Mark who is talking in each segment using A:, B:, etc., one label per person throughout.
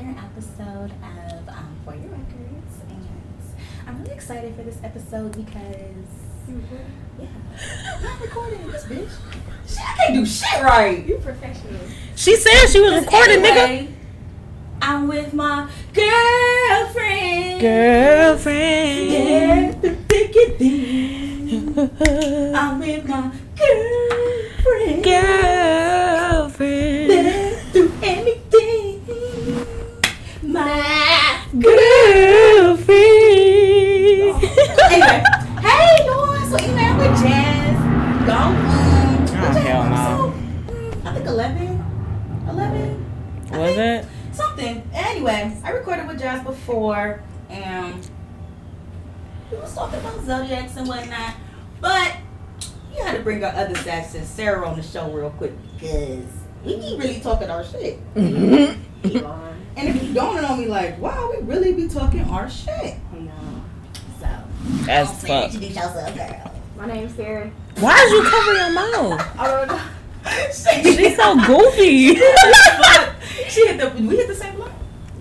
A: episode of um, For Your Records, and I'm really excited for this episode because yeah, not recording this bitch. Shit, I can't do shit right.
B: You professional.
C: She said she was recording, nigga.
A: Anyway, I'm with my girlfriend. Yeah,
C: Girlfriend.
A: the biggest thing. I'm with my girlfriend.
C: Girlfriend.
A: Let us do anything. My anyway,
C: Girlfriend.
A: hey y'all, so you know with Jazz, y'all um,
C: Oh,
A: what y'all
C: hell no.
A: episode? Mm, I think 11, 11, I
C: Was
A: think
C: it?
A: something. Anyway, I recorded with Jazz before, and we was talking about zodiacs and whatnot, but you had to bring our other side, since Sarah, on the show real quick because we be really talking our shit.
B: Elon.
A: And if you don't know me, like, wow, we really be talking our shit.
B: No.
A: So,
C: As
A: don't
C: fuck.
A: introduce yourself, girl.
B: My name's Sarah.
C: Why did you cover your mouth?
B: I don't know.
C: She's so goofy.
A: she hit the. We hit the same block.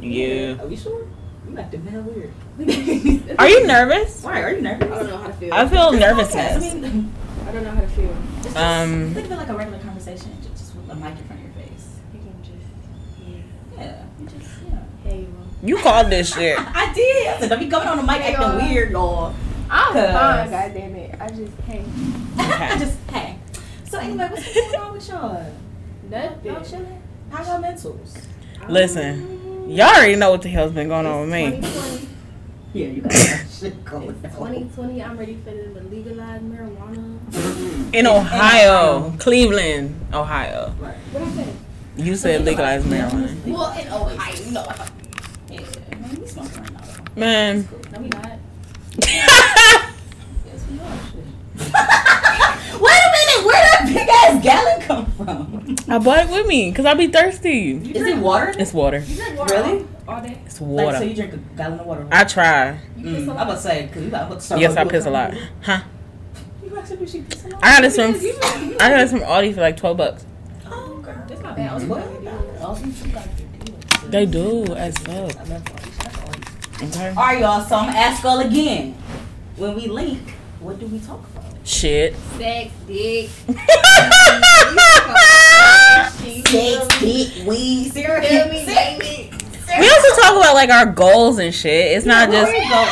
C: Yeah.
A: Are we sure? You like the hell weird.
C: Are you nervous?
A: Why are you
B: I don't
A: nervous?
B: know how to feel.
C: I feel
A: I
C: nervousness.
A: mean,
B: I don't know how to feel.
A: it's just,
C: Um,
A: think of it like a regular conversation, ju- just with a mic in front of your face.
B: You can just. Yeah.
A: Yeah, you just yeah.
B: Hey, Elon.
C: You called this shit.
A: I did. I said, don't be going on the mic
B: Hey,
A: acting
B: y'all.
A: weird, y'all.
B: I'm
A: Cause-
B: fine. God damn it. I just hey.
A: I just hey. So anyway, what's going on with y'all?
B: Nothing.
A: Y'all chilling? How y'all mentals?
C: Listen, y'all already know what the hell's been going on with me.
B: 2020,
A: Yeah, you got that shit going
B: It's 2020. I'm ready for the legalized marijuana.
C: In Ohio, Cleveland, Ohio.
A: Right.
B: What I say?
C: You said legalized marijuana.
A: Well, in Ohio, you know. Yeah, man, we smoking right now. though.
C: Man.
B: No, we not.
A: Yes, we are. shit. Wait a minute, where that big ass gallon come from?
C: I bought it with me because I be thirsty.
A: Is it water?
C: It's water.
B: You drink water
A: Really?
B: all, all day.
C: It's
A: Like, so
C: water.
A: you drink a gallon of water?
C: I try.
A: Mm,
B: You piss a
A: I'm
B: lot.
A: about to say, cause Oh, you about to start.
C: Yes, I piss a lot. Huh?
A: You actually do she piss a lot?
C: I got this from
B: You just- you just-
C: I got this from Aldi for like twelve bucks.
A: Oh, girl.
B: That's not bad. I was
A: What?
B: about to do it.
A: All these you gotta do it.
C: They do as fuck.
A: I love all these. I love all these.
C: Okay.
A: All right, y'all. So I'm gonna ask y'all again. When we link, what do we talk about?
C: Shit.
B: Sex, dick. Ah!
C: we
A: Sex, dick, weed, syrup.
B: Feel me,
A: Sex.
B: baby.
C: also talk about like our goals and shit. It's not
A: Where
C: just
A: we going?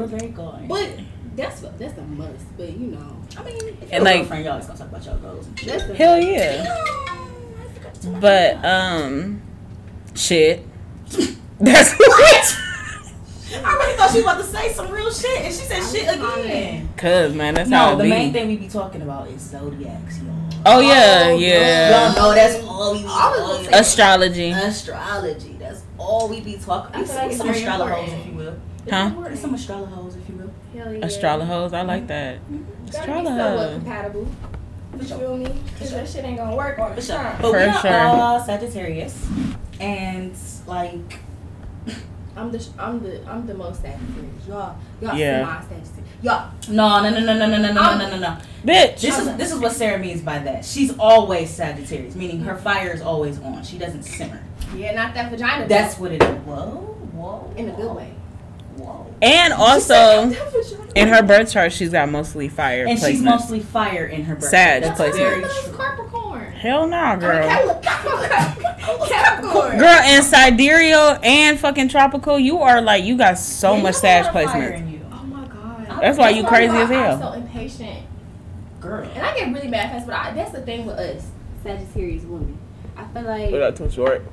A: Look, where we going?
B: But that's that's a must. But you know,
A: I mean, if
C: And,
A: and like,
C: like-
A: girlfriend, y'all always gonna talk about y'all goals. and shit.
B: that's the
C: hell yeah.
A: Um, I forgot to talk
C: But
A: about
C: um, shit. That's what.
A: that. I really thought she was about to say some real shit, and she said
B: I'm
A: shit
B: sorry.
A: again.
C: Cause man, that's how
A: No,
C: it
A: the
C: be.
A: main thing we be talking about is zodiacs, y'all.
C: Oh yeah,
B: Oh,
C: yeah.
A: Y'all know that's all we be
B: I was gonna
A: talking
B: say-
A: about.
C: Astrology.
A: Astrology. That's all we be talking.
B: I feel like
A: About.
B: it's
A: Some
B: very
A: astrologers,
B: important.
A: if you will.
C: Huh?
A: There's some astrologers, if you will.
B: Hell yeah.
C: Astrologos, I like that.
B: Gotta be somewhat compatible. You
A: sure.
B: feel me? Cause that shit ain't gonna work all the
A: For sure.
B: time.
A: But we
C: For
A: are
C: sure.
A: all Sagittarius, and like
B: I'm the I'm the I'm the most Sagittarius. Y'all y'all
C: Yeah.
B: my Sagittarius. Y'all
A: no, no, no, no, no, no, no, no, no, no, no.
C: Bitch.
A: This is this is what Sarah means by that. She's always Sagittarius, meaning her fire is always on. She doesn't simmer.
B: yeah, not that vagina.
A: That's what it is. Whoa, whoa.
B: though. in a good way.
A: Whoa.
C: And
B: Not
C: also,
B: that vagina.
C: in her birth chart, she's got mostly fire
A: And she's
C: placements.
A: mostly fire in her birth.
C: Sag
A: That's
C: placement.
A: very
B: But it's
A: true.
B: Capricorn.
C: Hell nah, girl.
B: Cap- Capricorn. Capricorn.
C: Girl, and sidereal and fucking tropical, you are like you got so
A: Yeah,
C: much
A: you got a
C: sag
A: lot of fire
C: placement.
A: in you.
B: Oh my god.
C: That's why you crazy as
B: I'm
C: hell.
B: so impatient.
A: Girl.
B: And I get really mad fast, but I, that's the thing with us Sagittarius women. I feel like
C: that too short.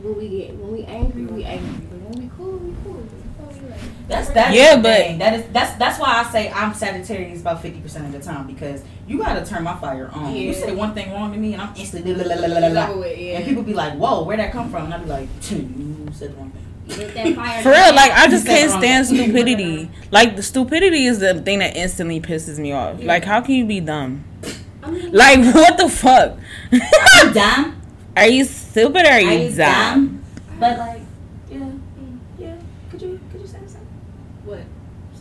B: when we get when we angry, we angry. But when we cool, we cool. You feel me? Like,
A: That's that's
C: Yeah,
A: the
C: but-
A: thing. that is that's that's why I say I'm Sagittarius about fifty percent of the time because you gotta turn my fire on. You
B: Yeah.
A: say one thing wrong to me and I'm instantly la, la, la, la, la,
B: It's
A: la.
B: over with, yeah.
A: and people be like, "Whoa, where'd that come from?" And I be like, "You said the wrong thing."
B: Get that fire
C: For real,
B: down.
C: like I just
A: You said
C: can't
A: wrong.
C: stand stupidity. Like the stupidity is the thing that instantly pisses me off. Like how can you be dumb?
B: I mean,
C: Like what the fuck?
A: I'm dumb.
C: are you stupid or are
A: Are
C: you dumb?
A: But like, yeah, mm, yeah. Could you could you say the same
B: what?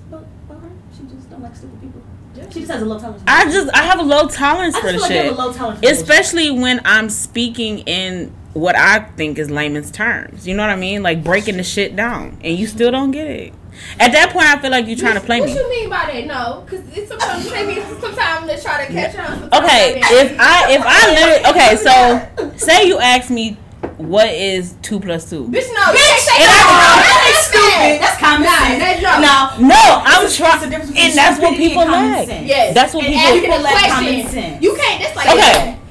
A: about, about her? She just don't like stupid people.
B: Yeah.
A: She just has a low tolerance.
C: I just I have a low tolerance
A: I
C: for the
A: just feel like you have
C: shit.
A: a low tolerance. for bullshit.
C: especially when I'm speaking in what I think is layman's terms. You know what I mean? Like breaking the shit down, and you still don't get it. At that point, I feel like you're trying to play
B: what
C: me.
B: What you mean by that? No, because it's sometimes they mean sometimes they try to catch on. sometimes
C: Okay,
B: they-
C: if I if I literally okay, so say you ask me what is two plus two.
B: bitch, no,
A: Bitch,
B: bitch,
C: and I know
A: that is stupid. That's common
B: Nah,
A: sense.
B: that's wrong.
A: No,
C: No, I'm
A: it's the
C: trying,
A: difference between
C: and that's what
A: stupidity
C: people
A: and common
C: like.
A: sense.
B: Yes.
C: That's what
B: and
C: people-
B: asking a
A: People lack
B: question.
A: common sense.
B: You can't. That's like
C: Okay.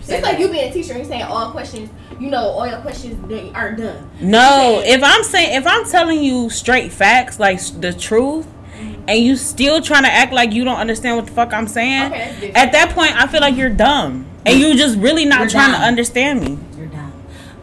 A: Say
B: It's like
A: that.
B: you being a teacher and saying all questions. You know, all your questions they are done.
C: No, if I'm saying if I'm telling you straight facts, like s- the truth, and you still trying to act like you don't understand what the fuck I'm saying,
B: Okay, that's different.
C: at that point I feel like you're dumb. And you just really not
A: You're
C: trying
A: dumb.
C: to understand me.
A: You're dumb.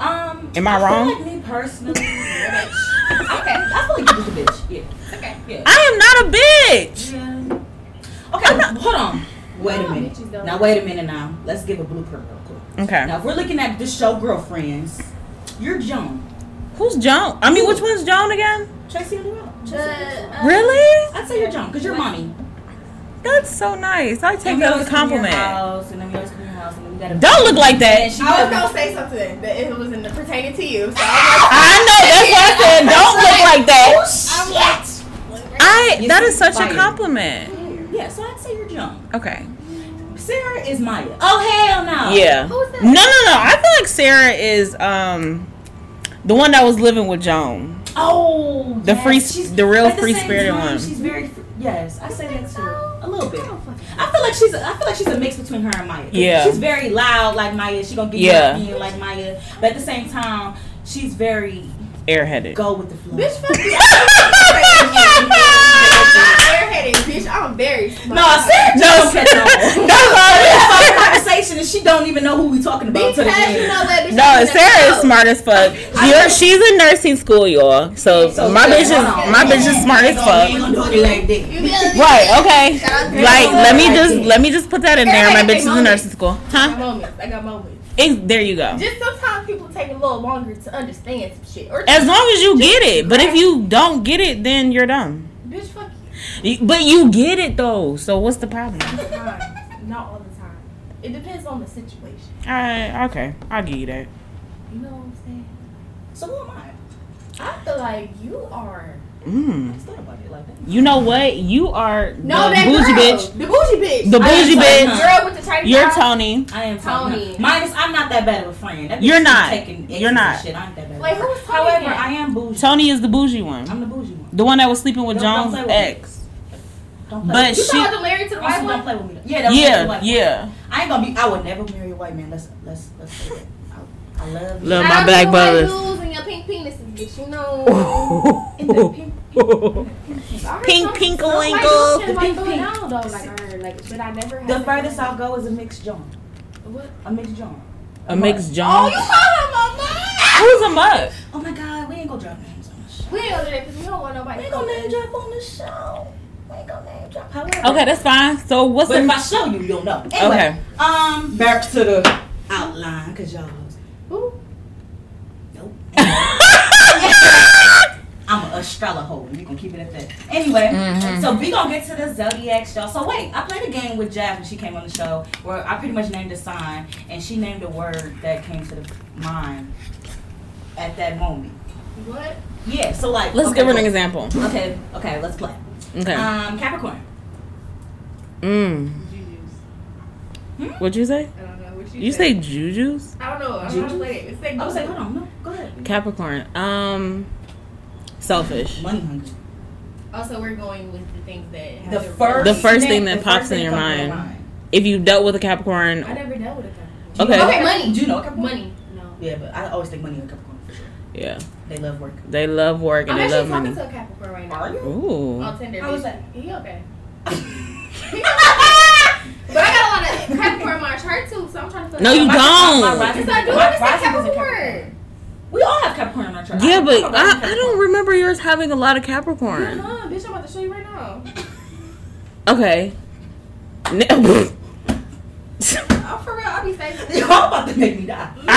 A: Um,
C: Am I
A: feel
C: wrong?
A: Like me personally, you're a bitch.
B: Okay.
A: I feel like you're a bitch. Yeah.
B: Okay.
A: Yeah.
C: I am not a bitch.
A: yeah. Okay. hold on. Wait a
B: Hold on, bitches
A: minute.
B: don't-
A: Now wait a minute. Now let's give a blueprint real quick.
C: Okay.
A: Now if we're looking at the show girlfriends, you're Joan,
C: Who's Joan? I mean, which one's Joan again?
A: Tracy on the road.
B: The, uh,
C: Really?
A: I'd say you're Joan because you're mommy.
C: That's so nice. I take
A: And we
C: that as
A: always
C: a
A: come to your
C: compliment.
A: house, and then we always come to your house, and then we gotta-
C: Don't look like that.
A: And she
B: I was
A: gotta-
B: gonna say something that it was in the pertaining to you. So I
C: I know that's what I said. Don't look like that.
B: was like, I'm like,
C: I that is such a
A: Fire.
C: compliment.
A: Yeah, so I'd say you're Joan.
C: Okay.
A: Sarah is Maya. Oh hell no.
C: Yeah.
B: Who's that?
C: No, no, no. I feel like Sarah is um the one that was living with Joan.
A: Oh.
C: The
A: yes.
C: free- the real
A: but at
C: free
A: same
C: spirited
A: time,
C: one.
A: She's very. fr- Yes, I say that
B: think so?
A: too. A little bit.
B: I don't fucking-
A: I feel like she's. A, I feel like she's a mix between her and Maya. 'Cause
C: Yeah.
A: She's very loud like Maya. She gonna get
C: Yeah.
A: yeah. you like Maya. But at the same time, she's very
C: Airheaded.
A: go with the flow.
B: Bitch, fuck you. I'm airheaded, bitch. I'm very smart.
A: No, Sarah
C: No,
A: just don't catch on.
C: That's all
A: Have
C: it
A: a conversation and she don't even know who we talking about. to the
B: Because
A: end.
B: you know what, bitch.
C: is. No, Sarah is smart as fuck. You're, she's in nursing school, y'all. So,
A: So
C: my
A: shit,
C: bitch is
A: hold on.
C: my bitch is smart
A: Ain't
C: as
A: gonna- ain't
C: fuck.
A: gonna do it like that.
C: Right? Okay. Like, let me
A: Like
C: just
A: it.
C: let me just put that in there. My
B: Everybody
C: bitch is in
B: moments.
C: nursing school,
B: I got
C: huh?
B: moments. I got moments.
C: It, there you go.
B: Just sometimes people take a little longer to understand some shit. Or
C: As long as you get it, but if you don't get it, then you're dumb.
B: bitch, fuck you.
C: You- But you get it though, so what's the problem?
B: Sometimes. Not all the time. It depends on the situation.
C: Alright, okay, I'll give you that.
B: You know what I'm saying?
A: So who am I?
B: I feel like you are.
C: Mm.
A: I just thought about it like that.
C: You know what? You are
B: No,
C: the
B: that
C: bougie
B: girl.
C: bitch.
B: The bougie bitch.
C: The
B: I
A: sorry,
C: bougie
B: am
C: bitch.
A: huh?
B: Girl with the tiny
C: You're
B: mouth.
C: Tony.
A: I am
B: Tony.
A: Tony. Minus, I'm not that bad of a friend. That bitch
C: You're
A: be
C: not.
A: Taking X's
C: You're
A: and
C: not.
A: Shit. I ain't that bad. of a
B: Wait,
A: friend.
B: who's Tony
A: However,
B: again?
A: I am bougie.
C: Tony is the bougie one.
A: I'm the bougie one.
C: The one that was sleeping with
A: Don't- don't
C: John's
A: play with me.
C: ex.
A: Don't play
C: But
A: with me.
B: You
C: she
B: saw the Larry to the
A: Also,
B: right
A: don't
B: one.
A: play with me. Yeah, don't play with
C: Yeah,
A: white people.
C: yeah.
A: I ain't gonna be. I would never marry a white man. Let's let's let's say that. I, I love.
C: Love
A: you.
C: my
B: Shout out
C: black
B: to the
C: brothers.
B: white dudes and your pink penises, bitch. You know.
A: In the
C: Ooh.
A: pink-
B: I heard
C: Pink
B: some-
C: pink
B: some white
C: lingo.
B: dudes can,
A: The
B: like,
A: pink
B: go
A: pink.
B: down, though, like, I heard, like, but I never had
A: The
B: that.
A: furthest I'll go is a mixed joint.
B: What?
A: A mixed joint.
C: A mixed
B: Oh,
C: John.
B: you call her my
C: Who's a mutt?
A: Oh my God, we ain't gonna drop names on the show.
B: mom? We ain't gonna do that because we don't want nobody.
A: We ain't
B: to
A: gonna
B: go
A: name
B: there.
A: drop on the show. We ain't gonna name drop. However,
C: Okay, that's fine. So what's
A: But if
C: the
A: I show you, you'll know. Anyway,
C: Okay.
A: Um, back to the outline, cause y'all,
B: Who?
A: nope. I'm an astrologer. hoe. We gonna keep it at that. Anyway,
C: Mhm.
A: so we gonna get to the zodiacs, y'all. So wait, I played a game with Jazz when she came on the show, where I pretty much named a sign, and she named a word that came to the mind at that moment.
B: What?
A: Yeah. So like,
C: Let's
A: okay,
C: give her an
A: cool.
C: example.
A: Okay. Okay. Let's play.
C: Okay.
A: Um, Capricorn.
C: Mm. What'd you say?
B: I don't know what
C: You say juju's?
B: I don't know. I don't know how to play it. It's like,
A: I was like, hold on, no, go ahead.
C: Capricorn. Um selfish.
A: Money hungry.
B: Also, we're going with the things that. have
A: The
B: to-
A: first.
C: The first thing
A: the
C: that pops
A: first
C: in
A: thing
C: your
A: that comes to
C: mind. If you dealt with a Capricorn
B: I never dealt with a Capricorn.
A: Do you
C: Okay.
A: know-
B: Okay, money.
A: Do you know a Capricorn?
B: Money. No.
A: Yeah, but I always think money and Capricorn for sure.
C: Yeah,
A: They love work.
C: they love work and they
B: I'm
C: love
B: actually talking
C: money.
B: to a Capricorn right now.
A: Are you?
C: Ooh,
B: On Tinder.
A: How was
B: bitch.
A: that?
B: He okay.
A: Yes,
B: But I got a lot of Capricorn on my chart too, so I'm trying to.
C: No, you
A: My-
C: don't.
A: my- my rising-
B: Yes, I do.
A: my
B: I understand
A: rising is a
B: Capricorn.
A: We all have Capricorn on our chart.
C: yeah,
A: I'm-
C: but
A: I'm a rising
C: I, I
A: Capricorn.
C: don't remember yours having a lot of
B: Hold
C: Capricorn.
B: on, bitch. I'm about to show you right now.
C: Okay. N-
B: Oh, for real, I'll be safe.
A: Y'all about to make me die.
C: I,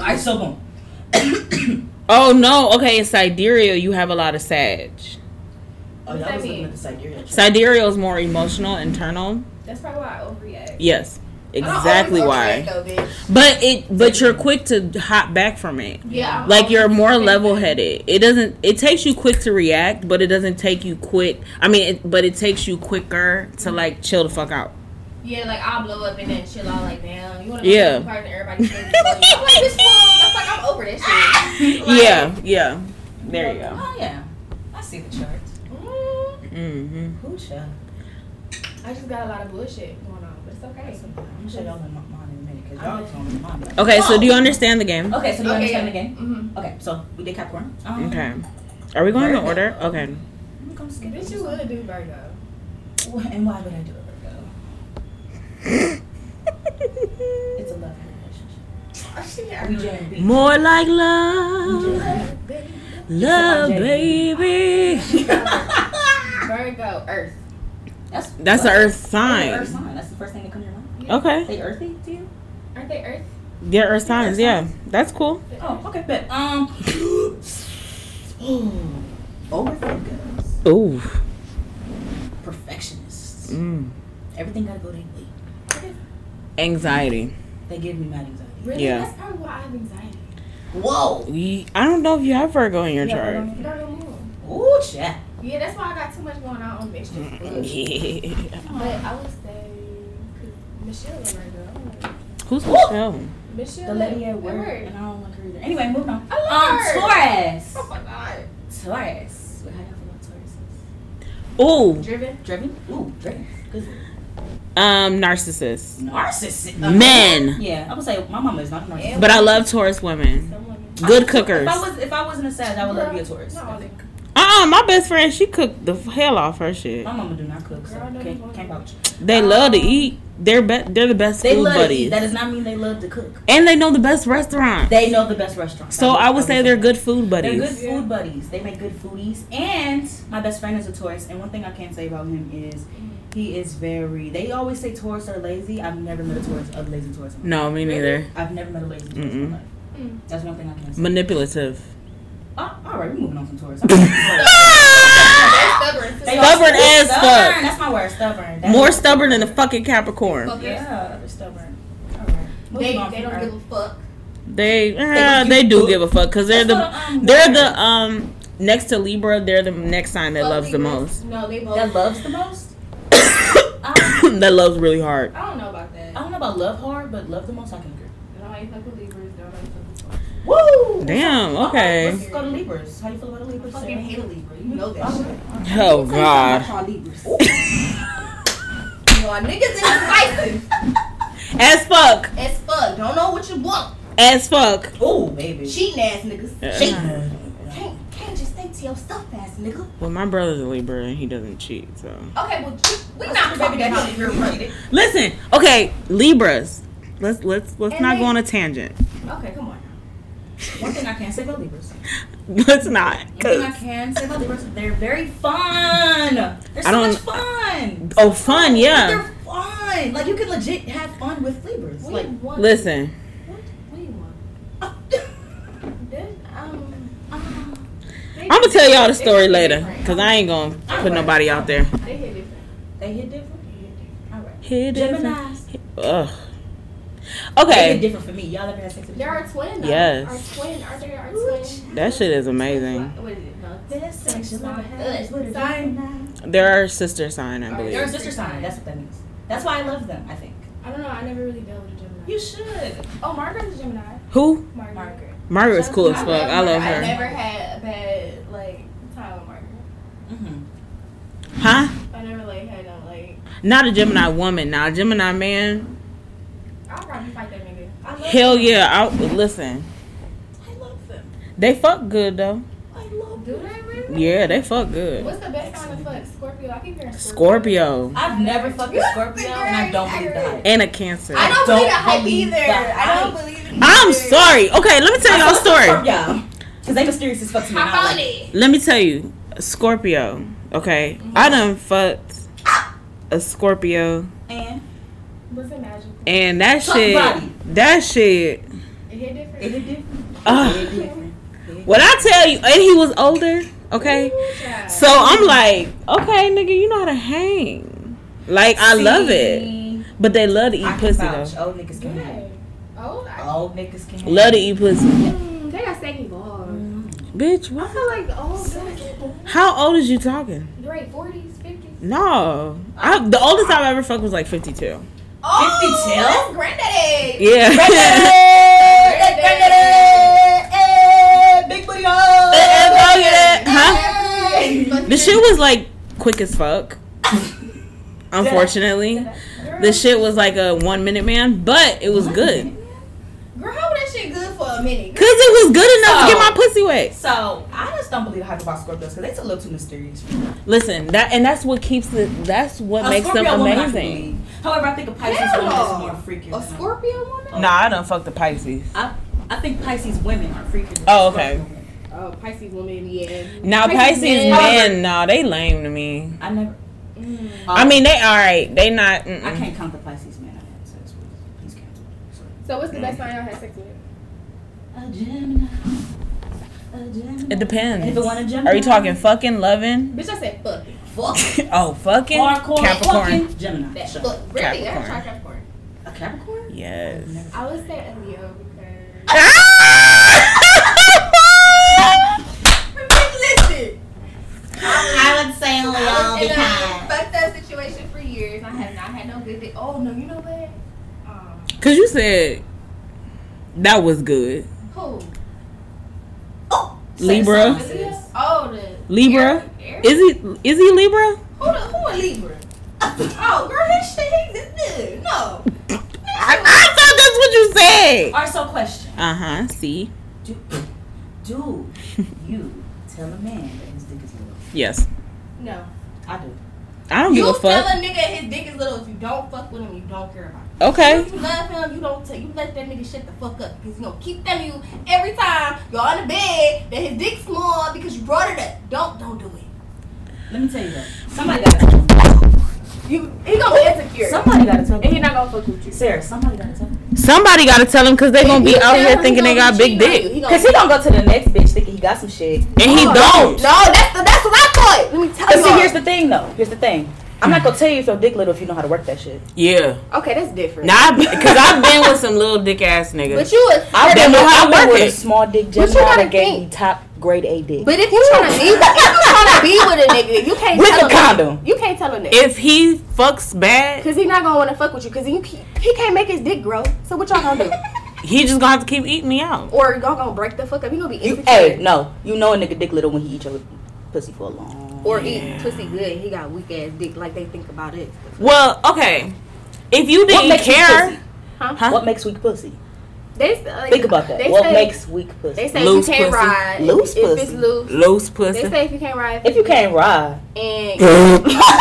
A: I still won't.
C: oh no. Okay, in Sidereal you have a lot of Sag.
A: Oh, y'all
B: that
A: was
B: mean?
A: looking at the Siberia chart.
C: Sidereal is more emotional, internal.
B: That's probably why I overreact.
C: Yes. exactly
B: Oh,
D: I don't
C: why.
D: always go bad, though, bitch.
C: But it but you're quick to hop back from it.
D: Yeah. I'm
C: Like you're
D: always
C: more
D: bad.
C: level headed. It doesn't it takes you quick to react, but it doesn't take you quick. I mean, it, but it takes you quicker to like chill the fuck out.
B: Yeah, like I'll blow up and then chill out like damn. You want to
C: Yeah.
B: yeah. party and everybody stays with you. I'm like this fool. That's like I'm over this shit. Like,
C: yeah, yeah. There you go.
A: Oh yeah, I see the chart.
B: mm,
C: Mhm.
A: Hoocha.
B: I just got a lot of bullshit going on, but it's okay.
A: I'm sure y'all in my mind in a minute because y'all told me mine.
C: Okay, so do you understand the game?
A: Okay, so do you
B: Okay,
A: understand the
B: yeah.
A: game?
B: Mm-hmm.
A: Okay, so we did Capricorn. Um,
C: Okay. Are we going in order? Okay.
A: I'm gonna skip
B: Bitch, you would do Virgo.
A: Wh- And why would I do it, Virgo? It's a love relationship.
B: Oh, shit, I
A: We
B: know.
A: J and B.
C: More like love. Love,
A: Jay.
C: baby.
B: Virgo, Earth.
A: That's
C: That's
A: what- That's
C: an earth
A: an Earth
C: sign.
A: sign. That's the first thing that comes to your mind.
C: Okay.
A: They earthy to you?
B: Aren't they Earth?
C: They're earth signs, yeah. That's cool.
A: Oh, okay, but um, oh, overthinkers,
C: Ooh.
A: perfectionists.
C: Mm.
A: Everything gotta go their way.
C: Anxiety.
A: They give me mad anxiety.
B: Really?
C: Yeah.
B: That's probably why I have anxiety.
A: Whoa.
C: We, I don't know if you have Virgo in your
A: Yeah,
C: chart.
A: Virgo.
B: Virgo moon.
A: Ooh, chat.
B: Yeah, that's why I got too much going on on bitch.
C: Mm-hmm.
B: Just
C: Yeah.
B: But I would say 'cause Michelle and Virgo.
C: Who's Michelle?
B: Michelle.
A: The lady at
B: and
A: work,
B: Virgo.
A: and I don't like her either. Anyway, moving on.
B: I love
A: Um,
B: her.
A: Taurus.
B: Oh my god.
A: Taurus. How do you feel about Tauruses?
C: Ooh,
B: Driven.
A: Driven? Ooh, driven. Good.
C: um, narcissist.
A: Narcissist.
C: Men.
A: Yeah, I would say my mama is not a narcissist.
C: But I love Taurus women.
B: Someone.
C: Good cookers.
A: If I
C: Uh
A: was, if I wasn't a Sag, I would love to be a Taurus.
B: No, like,
C: uh my best friend, she cooked the hell off her shit.
A: My mama do not cook, so
B: Girl, I know you
A: can't,
B: want
A: can't
B: to.
A: vouch.
C: They love to eat. They're be- they're the best
A: Um, They
C: food
A: love to eat.
C: buddies.
A: That does not mean they love to cook.
C: And they know the best restaurant.
A: They know the best restaurants.
C: So I would say they're good food
A: They're good
C: buddies.
A: food buddies. They make good foodies. And my best friend is a Taurus. And one thing I can say about him is
B: Mm-hmm.
A: he is very. They always say Taurus are lazy. I've never met a Taurus, a lazy Taurus. in my
C: No, me neither.
A: life. I've never met a lazy Taurus. in
C: Mm-mm.
A: my life.
B: Mm.
A: That's one thing I can say.
C: Manipulative.
A: Oh, all right, we're moving on from Taurus. I'm sorry.
B: They're stubborn. too.
A: They are
C: Stubborn as fuck.
A: Stubborn. That's my word. Stubborn. That's
C: More stubborn than a fucking Capricorn.
B: Fuckers.
A: Yeah, they're stubborn. All right.
B: They,
A: Moving on
B: they
A: from
B: don't
A: Earth.
B: give a fuck.
C: They uh,
A: don't
C: they
A: give
C: do
A: a-
C: give a fuck because they're
A: That's
C: the
A: what I'm
C: they're
A: worried.
C: the um next to Libra. They're the next sign that
B: Fuck
C: loves the
B: niggas.
C: most.
B: No, they both.
A: that loves the most.
C: that loves really hard.
B: I don't know about that.
A: I don't know about love hard, but love the most I can agree.
B: Don't I fuck with Libras? Don't I fuck with
A: Woo!
C: Damn.
A: All right,
C: Okay.
A: let's go to Libras. How you feel about a Libra?
B: I fucking hate a Libra. You know that.
A: All
B: shit.
A: right, all right.
C: Oh God.
B: Y'all niggas indecisive
C: As fuck.
B: as fuck. Don't know what you want.
C: As fuck.
A: Ooh, baby.
B: Cheating ass niggas.
C: Yeah.
B: Cheating. Can't, can't just stay to yourself ass nigga.
C: Well, my brother's a Libra and he doesn't cheat. So
B: Okay, well, you- we
A: We're
B: not talking about
A: how you're related.
C: listen. Okay, Libras. Let's let's let's
B: And
C: not
B: they-
C: go on a tangent.
B: Okay, come on.
A: One thing I can say about Libras.
C: Let's not.
A: One thing I
C: 'cause-
A: can say about Libras, they're very fun. They're so
C: I don't-
A: much fun.
C: oh, fun. Yeah.
A: They're fun. Like you can legit have fun with Libras.
B: What
A: Like
B: do you want?
C: Listen.
B: What, what do you want? There's, um,
C: I'm gonna tell y'all the story later because I ain't gonna put nobody out there.
B: They hit different.
A: they hit different. All right.
C: Hit it.
A: Gemini's.
C: Ugh.
A: They hit
C: Okay.
A: different for me. Y'all ever had sex with
B: There are twin.
C: Yes.
B: Our twin. Are there our twin?
C: That shit is amazing.
B: What is it? No.
A: This sex you'll ever have
B: Good.
A: is with a
B: Sign.
A: Gemini.
C: They're our sister sign, I
A: They're a
C: believe.
A: sister sign. That's what that means. That's why I love them. I think.
B: I don't know. I never really dealt with a Gemini.
A: You should.
B: oh, Margaret's a Gemini.
C: Who?
B: Margaret.
A: Margaret.
C: Margaret's cool as fuck. I love
B: I
C: her.
B: never had a bad like time with Margaret.
A: Mm-hmm.
C: Huh?
B: I never like had no like.
C: Not a Gemini woman. Now, a Gemini man.
B: I'll probably fight that nigga. I love
C: Hell yeah. I listen.
A: I love them.
C: They fuck good though.
A: I love
B: Do
A: them.
B: they really?
C: Yeah, they fuck good.
B: What's the best kind of fuck? Scorpio. I keep hearing
C: Scorpio
A: I've never fucked a Scorpio, and I don't believe the hype.
C: and a Cancer.
B: I don't,
A: Don't
B: believe
A: believe
B: that hype either.
A: that
B: I don't
A: hype.
B: believe it.
C: I'm
B: either.
C: sorry. Okay, let me tell y'all a story.
A: Yeah, because they mysterious as fuck to me. and I
B: Hop
A: don't
B: on
A: like it.
B: it.
C: Let me tell you, Scorpio. Okay, I done fucked a Scorpio,
A: And
B: Was it magical?
C: and that
A: Fuck
C: shit,
A: body.
C: that shit.
B: It hit different.
A: it hit different. It
C: Ugh.
A: hit different.
C: What I tell you, and he was older. Okay,
B: Yeah.
C: so I'm like, okay, nigga, you know how to hang. Like I love it,
A: See,
C: But they love to
A: I
C: eat
A: can
C: pussy
A: vouch.
C: though.
A: Old niggas can have. it.
B: Oh, I,
A: Old niggas can have. it.
C: Love to eat pussy.
D: Mm, they got saggy balls.
C: Bitch,
D: I
C: what?
D: feel like oh dudes,
C: How old is you talking?
B: you're right, 40s, 50s.
C: No, I, the oldest I've ever fucked was like fifty-two.
B: Oh,
A: 52?
B: that's granddaddy.
C: Yeah.
A: Hey, Big booty hole.
C: huh?
B: Huh?
C: The shit was like quick as fuck. Unfortunately, the shit was like a one-minute man, but it was good.
B: Girl, how was that shit good for a minute?
C: Cause it was good enough to get my
A: So-
C: pussy wet.
A: So I just don't believe the hype about Scorpios because they're a little too mysterious.
C: Listen, that and that's what keeps it. That's what
A: A
C: makes
A: Scorpio
C: them
A: woman I can
C: amazing.
A: believe. However, I think a Pisces
B: Hell
A: woman
B: no.
A: is more freaky.
B: A Scorpio woman?
C: Nah, I don't fuck the Pisces.
A: I, I think Pisces women are freaky. than Scorpio
C: Oh, okay.
A: women.
D: Oh, Pisces woman, yeah.
C: Now Pisces,
D: men. Oh,
C: men, nah, they lame to me.
A: I never.
D: Mm.
C: I mean, they all right. They not.
A: I
C: Mm-mm.
A: can't count the Pisces man I had sex with. He's canceled. So.
D: So what's the best time y'all had sex with?
A: A Gemini. A Gemini.
C: It depends.
A: If it want a Gemini.
C: Are you talking fucking loving?
D: Bitch, I said fuck. it.
A: fuck?
C: oh, fucking
A: Hardcore
C: Capricorn.
A: fucking Gemini.
D: That
A: Sure.
D: fuck.
B: Really? I
C: Capricorn.
B: tried Capricorn.
A: A Capricorn?
C: Yes.
D: I would say a Leo because
B: Listen,
A: I would say a
B: I was in a fucked up situation for years. I have not had no good dick. Oh, no, you know what? Um,
C: Cause you said that was good,
B: who?
A: Oh,
C: Libra.
A: Say something, sis.
B: Oh, the
C: Libra?
B: Air,
C: Is he? Is he Libra?
B: who the who a Libra? oh, girl, his shit, he this nigga. No,
C: I, I thought that's what you said.
A: Alright, so question.
C: Uh huh. See.
A: Do, do you tell a man that his dick is little?
C: Yes.
B: no.
A: I do.
C: I don't
B: You
C: give a
B: tell
C: fuck.
B: a nigga his dick is little if you don't fuck with him, you don't care about. Him.
C: Okay.
B: If you love him, you don't. Tell, you let that nigga shut the fuck up because you gonna keep telling you every time you're on the bed that his dick's small because you brought it up. Don't don't do it.
A: Let me tell you though. Somebody gotta tell
B: You he gonna be insecure.
A: Somebody gotta tell
D: and he
A: me.
D: not gonna fuck with you.
A: Sarah, somebody gotta tell me.
C: Somebody gotta tell him because they gonna be
B: You
C: out
B: tell
C: here
B: him,
C: thinking
B: he
C: they
B: gonna
C: got big
B: be cheating on
C: dick,
B: you. He gonna
A: Cause he gonna go to the next bitch thinking he got some shit.
C: and he
B: Oh,
C: don't.
B: No, that's the, that's what I thought. Let me tell
A: But
B: you.
A: see, here's the thing though. Here's the thing. I'm not gonna tell you if your dick little if you know how to work that shit.
C: Yeah.
D: Okay, that's different.
C: Nah, I've- cause I've been with some little dick ass niggas.
B: but you was.
A: I've
C: They
A: been,
C: know
A: with,
C: how
A: I've
C: to
A: been
C: work
A: with
C: it.
A: a small dick
D: But you
A: just now
D: gotta
A: that gave
D: think.
A: me top grade A dick.
D: But if you trying to be, if you trying to be with a nigga, you can't
A: With
D: tell
A: a
D: nigga-
A: condom.
D: You can't tell a nigga.
C: If he fucks bad,
D: Cause he not gonna wanna fuck with you, cause he, he can't make his dick grow. So what y'all gonna do?
C: he just gonna have to keep eating me out.
D: or y'all gonna break the fuck up? You gonna be
A: You,
D: insecure?
A: hey, no, you know a nigga dick little when he eat your pussy for a long.
D: Or eat pussy good. He got weak ass dick, like they think about it.
C: Well, okay. If you
A: What
C: didn't
A: makes you
C: care,
A: pussy?
D: Huh?
C: Huh?
A: What makes weak pussy?
D: They s- like,
A: Think about that.
D: They
A: what
D: say,
A: makes weak pussy?
D: They say
C: Loose
D: if you can't
C: pussy.
D: ride.
A: Loose
D: if, if
A: pussy.
D: it's loose.
C: loose
D: They
C: pussy.
D: say if you can't ride.
A: if you can't ride,
D: And
A: wait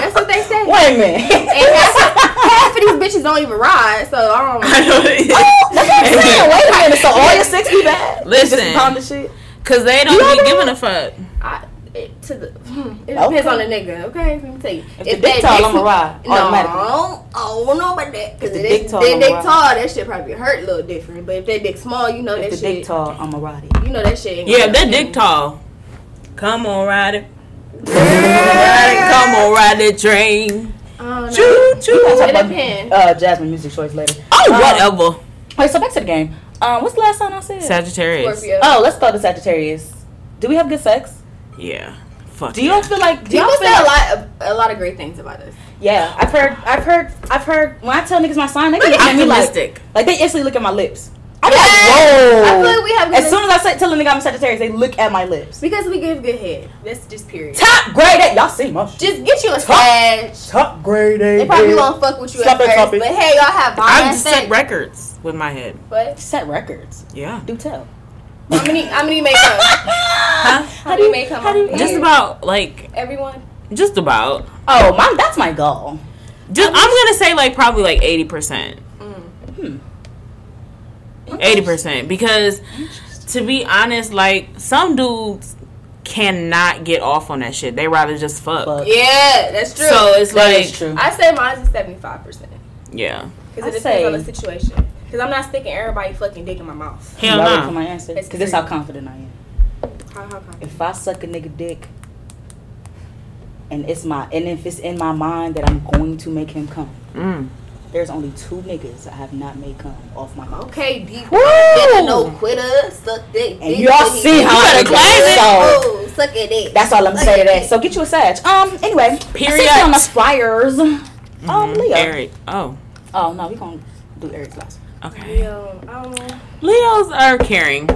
D: that's what they say.
A: a minute.
D: And half, half of these bitches don't even ride, so um, I
C: I
D: don't.
C: know it is.
B: Oh,
A: That's what I'm saying. Wait a minute. So all your six be bad? It's just
C: Listen.
A: pound of shit.
C: Cause they
A: You know
C: don't be
A: what?
C: giving a fuck.
D: I, it, to the, hmm, it
A: Okay.
D: depends on the nigga. Okay, let me tell you.
A: If, the dick tall, I'ma ride
D: no,
A: automatically.
D: I don't know about that. Cause
A: If the
D: if
A: dick
D: that
A: tall,
D: that
A: I'ma
D: dick
A: ride.
D: tall, that shit probably hurt a little different. But if that dick small, you know
A: If
D: that
A: the
D: shit.
A: dick tall, I'ma ride it.
D: You know that shit. ain't
C: Yeah,
D: gonna
C: if that
D: be-
C: dick tall. Come on, ride it. Ride it, Come on, ride the train.
D: I don't know.
C: Choo
A: We'll
C: choo.
A: talk about,
D: depends.
A: Uh, Jasmine music choice later.
C: Oh,
A: Um,
C: whatever.
A: Wait, so back to the game. Um, what's the last time I said?
C: Sagittarius.
D: Scorpio.
A: oh, let's start the Sagittarius. Do we have good sex?
C: Yeah. Fuck.
A: Do y'all feel like? Do Uh, y'all
D: People
A: feel
D: say a
A: like?
D: lot, of, a lot of great things about us.
A: Yeah, I've heard. I've heard. I've heard. When I tell niggas my sign, they look at me like,
C: optimistic.
A: like they instantly look at my lips. I'm
D: I feel
A: like,
D: like
A: whoa.
D: we have good
A: As soon as I say, tell a nigga I'm a Sagittarius, they look at my lips.
D: because we give good head. That's just period.
A: Top grade A. Y'all see my shit.
D: Just get you a stash.
A: Top grade A.
D: They probably
A: bitch.
D: won't fuck with you
A: Stop
D: at
A: that
D: first,
A: topic.
D: but hey, y'all have
C: I've
D: violence.
C: set records with my head.
D: But
A: set records.
C: Yeah.
A: Do tell.
D: how many? How many make up?
C: Huh?
D: How many make up?
A: how do you-
C: Just about like
D: everyone.
C: just about.
A: Oh, my, that's my goal.
C: Just I'm gonna say like probably like eighty percent. Eighty percent. Because to be honest, like some dudes cannot get off on that shit. They rather just fuck.
A: Fuck.
D: Yeah, that's true.
C: So it's
A: That
C: like
A: is true.
D: I say mine's is seventy five percent
C: Yeah.
D: because
A: I
D: it depends
A: say-
D: on the situation. Because I'm not sticking everybody fucking dick in my mouth.
C: Hell
A: Y'all ready for
C: no.
A: my answer?
D: It's
A: Because that's
D: three.
A: how confident I am.
D: How, how, how?
A: If I suck a nigga dick, and it's my, and if it's in my mind that I'm going to make him come,
C: Mm.
A: There's only two niggas I have not made come off my mouth.
B: Okay, deep.
C: Woo!
B: Get to know quitter, suck dick.
A: And
B: dick
A: y'all
B: sucking.
A: see how
B: You
A: it
B: better
A: goes,
B: claim it.
A: so-
B: Oh, suck it dick.
A: That's all I'm gonna say to that. So get you a Sag. Um. Anyway.
C: Period.
A: I on the flyers. Um. Leo.
C: Eric. Oh,
A: Oh no, we gonna do Eric's last.
C: okay.
B: Yo, um,
C: Leos are caring,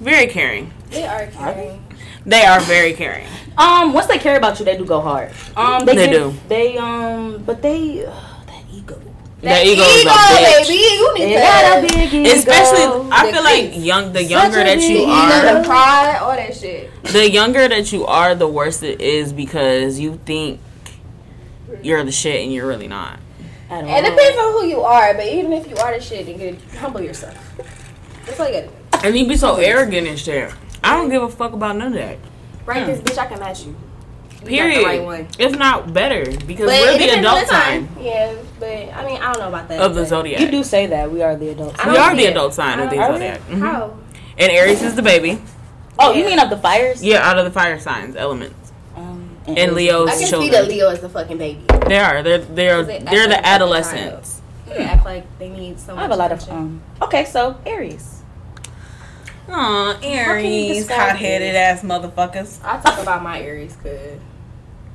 C: very caring.
B: they are caring.
C: They are very caring.
A: Um. Once they care about you, they do go hard. Um. They,
C: They
A: give-
C: do.
A: They um. But they uh, that ego.
B: That
C: Their ego, is a bitch.
B: baby. You need
A: They
B: to
A: got a big ego.
C: Especially, I
B: The
C: feel like
B: crease.
C: young. The younger that
A: big
C: you
A: ego.
C: are,
B: The pride, all that shit.
C: the younger that you are, the worse it is because you think you're the shit and you're really not.
A: I don't
B: It
A: know.
B: depends on who you are, but even if you are the shit, then get, humble yourself. That's all you gotta do.
C: And you be so arrogant and shit. I don't give a fuck about none of that.
B: Right, this bitch, I can match you. You got the
C: Hmm. Period.
B: right one.
C: If not better, because
B: But
C: we're
B: it
C: the
B: depends on
C: adult
B: the time.
C: time
B: Yeah, but I mean, I don't know about that.
C: of the
B: but-
C: zodiac.
A: You do say that we are the adults.
B: I
C: We
B: don't
C: are
B: see
C: the
B: it.
C: adult sign of
B: I
C: the
B: don't-
C: zodiac. Mhm.
B: How?
C: And Aries is the baby.
A: Oh, you mean of the fires?
C: Yeah, out of the fire signs, elements.
A: Um,
C: And Leo's
B: I can
C: children.
B: see the Leo as the fucking baby.
C: They are. They're they're
B: They act
C: they're
B: like
C: the
B: they're
C: adolescents.
B: They act like they need so
A: I
B: much
A: have a lot of
B: attention.
A: um. Okay, so Aries.
C: Aw, Aries,
B: describe
C: hot headed ass motherfuckers.
B: I talk about my Aries, cause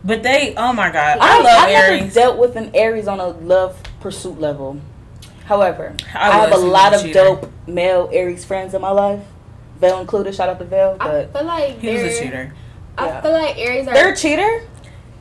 C: But they, oh my god, I,
A: I,
C: love
A: I've never
C: Aries.
A: dealt with an Aries on a love pursuit level. However, I,
C: love
A: have a
C: seeing
A: lot
C: you
A: of
C: cheating.
A: dope male Aries friends in my life. Vel included. Shout out to Vel.
B: I
A: But
B: feel like
C: He was
B: they're-
C: a cheater.
B: I
A: Yeah.
B: feel like Aries are.
A: they're a cheater.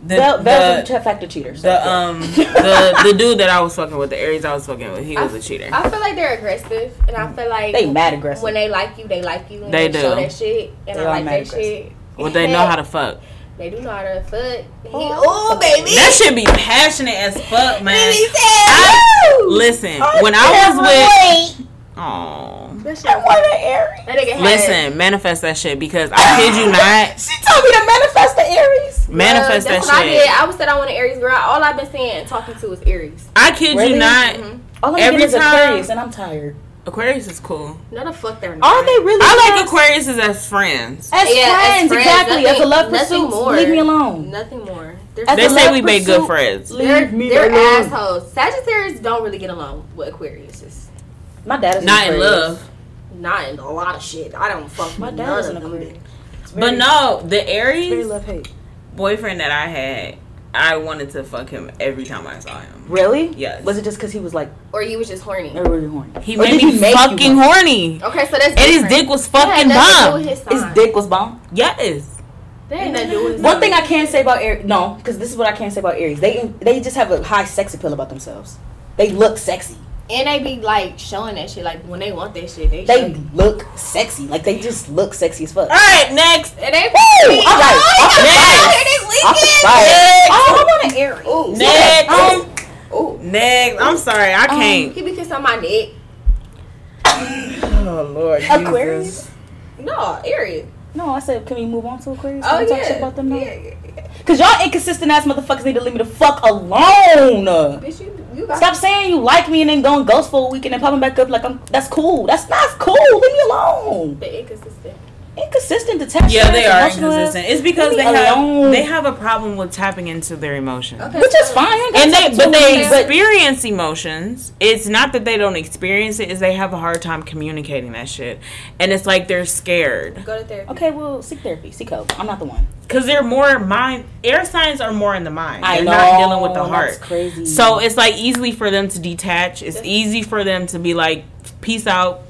C: The,
A: Vel, Vel's
C: the,
A: a factor cheater. So
C: the, um the the dude that I was fucking with, the Aries I was fucking with, he
B: I-
C: was a cheater.
B: I feel like they're aggressive, and I feel like
A: they mad aggressive.
B: when they like you, they like you. And
C: They
B: they,
C: do.
B: Show that shit, and
A: They
B: I
A: are
B: like
A: mad
B: that
A: aggressive.
B: shit.
C: Well, they know how to fuck.
B: They do know how to fuck.
A: Oh,
B: Oh, baby.
C: That should be passionate as fuck, man.
B: Baby said,
C: I-
B: woo!
C: Listen,
A: I
B: Oh,
C: when I was with, oh,
B: That shit.
A: I want an Aries.
B: That nigga had-
C: listen, manifest that shit because I kid you not,
A: She told me to manifest the Aries.
C: manifest
B: Uh,
C: that
B: that's what I did.
C: shit.
B: I was said I want an Aries girl. All I've been saying and talking to is Aries.
C: I kid
A: Really? Mm-hmm.
C: you not,
B: Mhm.
A: All I'm
C: Every
A: Every getting is
C: time-
A: Aquarius, and I'm tired.
C: Aquarius is cool.
B: No, the fuck they're not.
A: Are they really?
C: I like
A: friends?
C: Aquariuses as friends.
A: As,
B: Yeah, as
A: friends,
B: friends,
A: exactly. as a
B: nothing-
A: love
B: nothing
A: pursuit,
B: more.
A: leave me alone.
B: Nothing more. They're,
A: As
C: They
A: a
C: say
A: love
C: we made good
A: pursuit,
C: friends.
B: they're,
A: Leave me
B: they're
A: alone.
B: assholes. Sagittarius don't really get along with Aquarius.
A: My dad is an
C: Not in
A: Aquarius.
C: love.
B: Not in a lot of shit. I don't fuck
A: My
B: with
A: dad
B: none
A: is
B: of
A: an
B: them
A: Aquarius.
B: bitches.
A: It's
C: But
A: very-
C: no, the
A: it's very
C: Aries
A: love hate.
C: boyfriend that I had, I wanted to fuck him every time I saw him.
A: Really?
C: Yes.
A: Was it just because he was like
B: Or you was just horny.
A: really horny?
C: He
A: Or
C: made
A: did
C: me
A: he make you
C: fucking
A: one?
C: horny.
B: Okay, so that's
C: And his dick was fucking bomb.
A: His dick was bomb.
C: Yes.
B: That had nothing to do with his
A: One thing
B: sign.
A: I can say about Aries, no, because this is what I can say about Aries. They they just have a high sex appeal about themselves. They look sexy.
B: and they be like showing that shit. Like when they want that shit, they. show
A: They
B: you.
A: look sexy. Like they just look sexy as fuck.
C: All right, next.
B: And they.
A: Woo! All right, off the
C: Next.
A: fire.
B: this
A: Off the fire. Oh, I want an Aries.
B: Ooh.
C: Next.
A: Oh. Um,
B: Ooh.
C: Next. I'm sorry, I can't.
B: He be kissing my neck.
C: Oh Lord.
A: Aquarius?
B: No, Aries.
A: No, I said, can we move on to Aquarius?
B: Oh
A: Can we talk
B: yeah.
A: shit about them now?
B: yeah, yeah, yeah.
A: Cause y'all inconsistent ass motherfuckers need to leave me the fuck alone.
B: Bitch, you you got.
A: Stop saying you like me and then going ghost for a week and then popping back up like I'm. That's cool. That's not cool. Leave me alone.
B: The inconsistent.
A: Inconsistent detached.
C: Yeah, they
A: ass,
C: are
A: emotional ass,
C: inconsistent. It's because
A: Leave
C: they
A: me
C: have
A: alone.
C: they have a problem with tapping into their emotions.
B: Okay.
A: Which is fine. I ain't gotta
C: And
A: talk
C: they but
A: to them,
C: they experience emotions. It's not that they don't experience it, is they have a hard time communicating that shit. And it's like they're scared.
B: Go to therapy.
A: Okay, well, seek therapy. Seek help. I'm not the one.
C: Cuz they're more mind air signs are more in the mind.
A: I
C: They're
A: know.
C: not dealing with the
A: that's
C: heart.
A: crazy.
C: So it's like easily for them to detach. It's easy for them to be like, peace out.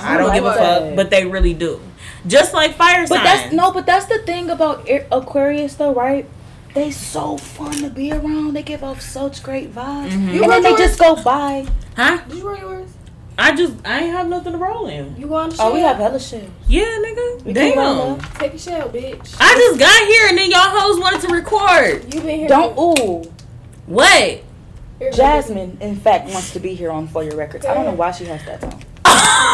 C: I don't give a fuck, but they really do. Just like fire signs.
A: But that's no. But that's the thing about Ar- Aquarius, though, right? They so fun to be around. They give off such great vibes,
C: Mhm.
A: and then they
B: remember-
A: just go by.
C: Huh?
B: Did you roll yours?
C: I just I ain't have nothing to roll in.
B: You want to
A: Oh, we have hella shit.
C: Yeah, nigga.
A: We can roll
C: Damn.
A: up.
B: Take a shell, bitch.
C: I just got here and then y'all hoes wanted to record.
B: You been here.
A: Don't ooh.
C: What?
B: here-
A: Jasmine, in fact, wants to be here on For Your Records. I don't know why she has that tone.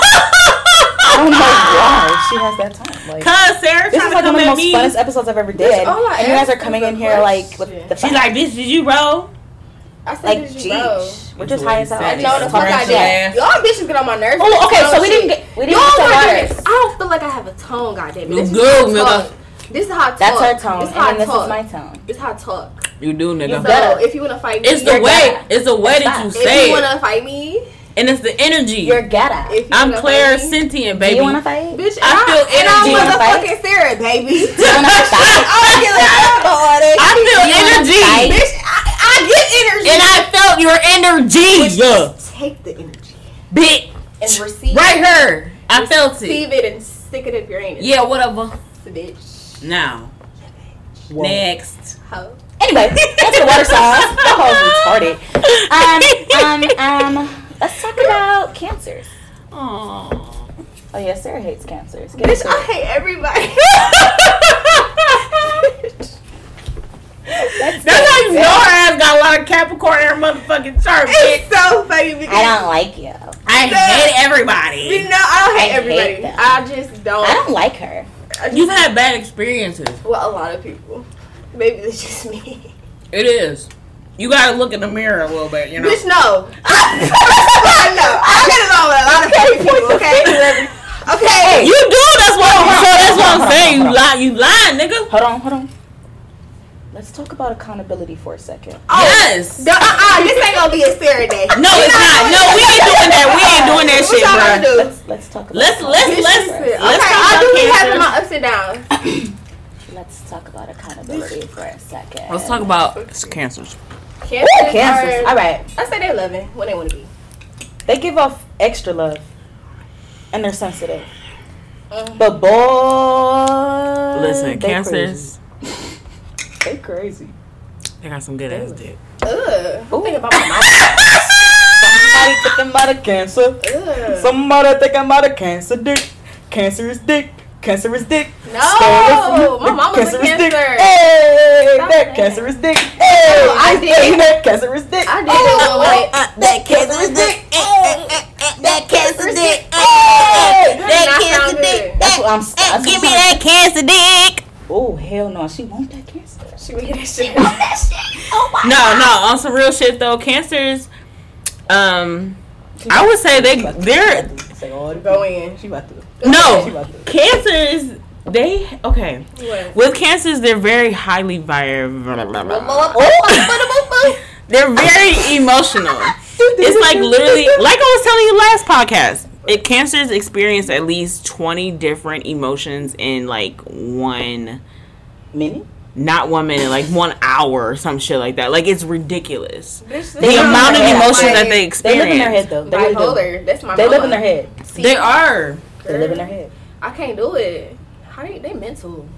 A: I don't know why she has that tone. Like,
C: Cause Sarah
A: Oh this
C: trying
A: is
C: to
A: like
C: come
A: one of the
C: at
A: most
C: me.
A: funnest episodes I've ever did.
B: all I
A: And you guys are
B: asked
A: coming
B: was
A: in
B: a
A: here like with
B: question.
A: the
C: She's
A: fuck?
C: like, bitch, did you roll?
B: I said,
A: like,
B: did you roll?
A: jeez. We're just high as hell.
C: I
B: I know the fuck I
C: Correct your ass.
B: did. Y'all bitches get on my nerves.
A: Oh, okay.
B: Y'all
A: So we
B: shit.
A: didn't get we
B: Y'all
A: didn't get to
B: my
A: waters.
B: nerves. I don't feel like I have a tone, goddamn it.
C: You
B: This is
C: good,
B: how I
C: nigga.
B: talk. This is how I talk.
A: That's her tone,
B: This is
A: and
B: how I
A: then this is
B: talk.
A: my tone.
B: This is how I talk.
C: You do, nigga.
B: So if you wanna fight me,
C: it's the
B: you're
C: way.
B: gotta.
C: It's the way that you
B: If
C: say
B: you
C: it,
B: wanna fight me,
C: and it's the energy.
A: You're ghetto.
B: if you
C: I'm
B: wanna
C: Claire
B: fight me,
C: sentient,
A: Do
C: baby.
A: you want to fight?
B: bitch,
C: I feel
B: and
C: energy. You wanna
B: I'm
A: fight?
B: motherfucking Sarah, baby.
A: Do you want to fight?
B: I get like, all that.
C: I feel
A: You wanna
C: energy,
A: fight?
B: Bitch, I, I get energy.
C: and I felt your energy, yeah,
B: Take the energy.
C: bitch.
B: And receive
C: Right here, I felt it.
B: receive it and stick it up your anus.
C: Yeah, whatever.
B: Bitch.
C: Now, next.
B: Ho.
A: Anyway, that's the water sauce. The whole retarded. Um, um, um, let's talk about cancers.
C: Aw.
A: Oh, yeah, Sarah hates cancers. Get
B: Bitch,
A: into it.
B: I hate everybody.
A: That's
C: That's how you
A: good.
C: know her ass got a lot of Capricorn in her motherfucking chart, bitch.
B: it's so funny because
A: I don't like you.
C: I hate everybody.
B: You know, I don't hate
A: I hate
B: everybody.
A: them.
B: I just don't.
A: I don't like her.
B: I just-
C: You've had bad experiences.
B: well, a lot of people. Maybe it's just me.
C: It is. You gotta look in the mirror a little bit, you know.
B: Bitch, no. I know. I get along with a lot of people. Okay. Okay.
C: You do. That's what.
A: Hold on,
C: so that's what
A: hold on,
C: I'm saying. You
A: hold on,
C: lie. You lying, nigga.
A: Hold on, hold on. Let's talk about accountability for a second.
B: Oh,
C: Yes.
B: the- uh-uh, this ain't gonna be a Sarah day.
C: No, it's not. No, we ain't doing that. We ain't doing that
B: What
C: shit,
B: y'all gonna
C: bro.
B: do?
A: Let's let's talk about
C: Let's let's
B: Bitch,
C: let's
B: listen.
C: let's
B: okay,
C: talk
B: I do
C: about
B: be
C: cancer.
B: having my ups and downs.
A: let's talk about accountability for a second.
C: Let's talk about cancers.
B: Cancers.
A: Ooh,
B: are-
A: cancers. All right,
B: I say they're loving when they want to be.
A: they give off extra love, and they're sensitive.
B: Mhm.
A: But boy,
C: Listen,
A: they
C: cancers.
A: crazy. they crazy.
C: They got some good ass dick.
B: Ugh.
A: Ooh.
B: Think about my mouth.
A: Somebody think I'm out of cancer.
B: Ugh.
A: Somebody think I'm out of cancer dick. Cancer is dick. Cancer is dick.
B: no, my mama's a cancer.
A: Hey,
B: Stop that that. cancer
A: is dick.
B: No, I did.
A: That cancer is dick.
B: I
C: Oh,
B: did it one way.
A: uh, That cancer is dick. eh, That cancer is dick. eh,
C: Oh,
B: That cancer dick.
A: That's what I'm. That's eh, give me that cancer dick. Oh hell no, she want that cancer.
B: She would get that shit. that shit. Oh my.
C: No, no. On some real shit though, cancers. Um, I would say they they're
A: Say all the
B: Go
A: going.
B: in.
A: oh, She about to. She
C: no
A: about to.
C: cancers. They okay
B: What?
C: with cancers. They're very highly viral.
A: Oh.
C: They're very emotional. It's like literally, like I was telling you last podcast. It cancers experience at least twenty different emotions in like one,
A: Minnie.
C: not one minute, like one hour or some shit like that. Like it's ridiculous.
B: Bitch,
C: The
A: They live in
C: amount of
A: their head.
C: emotions that
B: Like,
A: They
C: they
A: live in their
C: experience.
A: head though. They really do.
B: bipolar. That's my.
A: They
B: mama.
A: live in their head.
B: See,
C: They are,
A: They live in their head.
B: I can't do it. How they, they mental?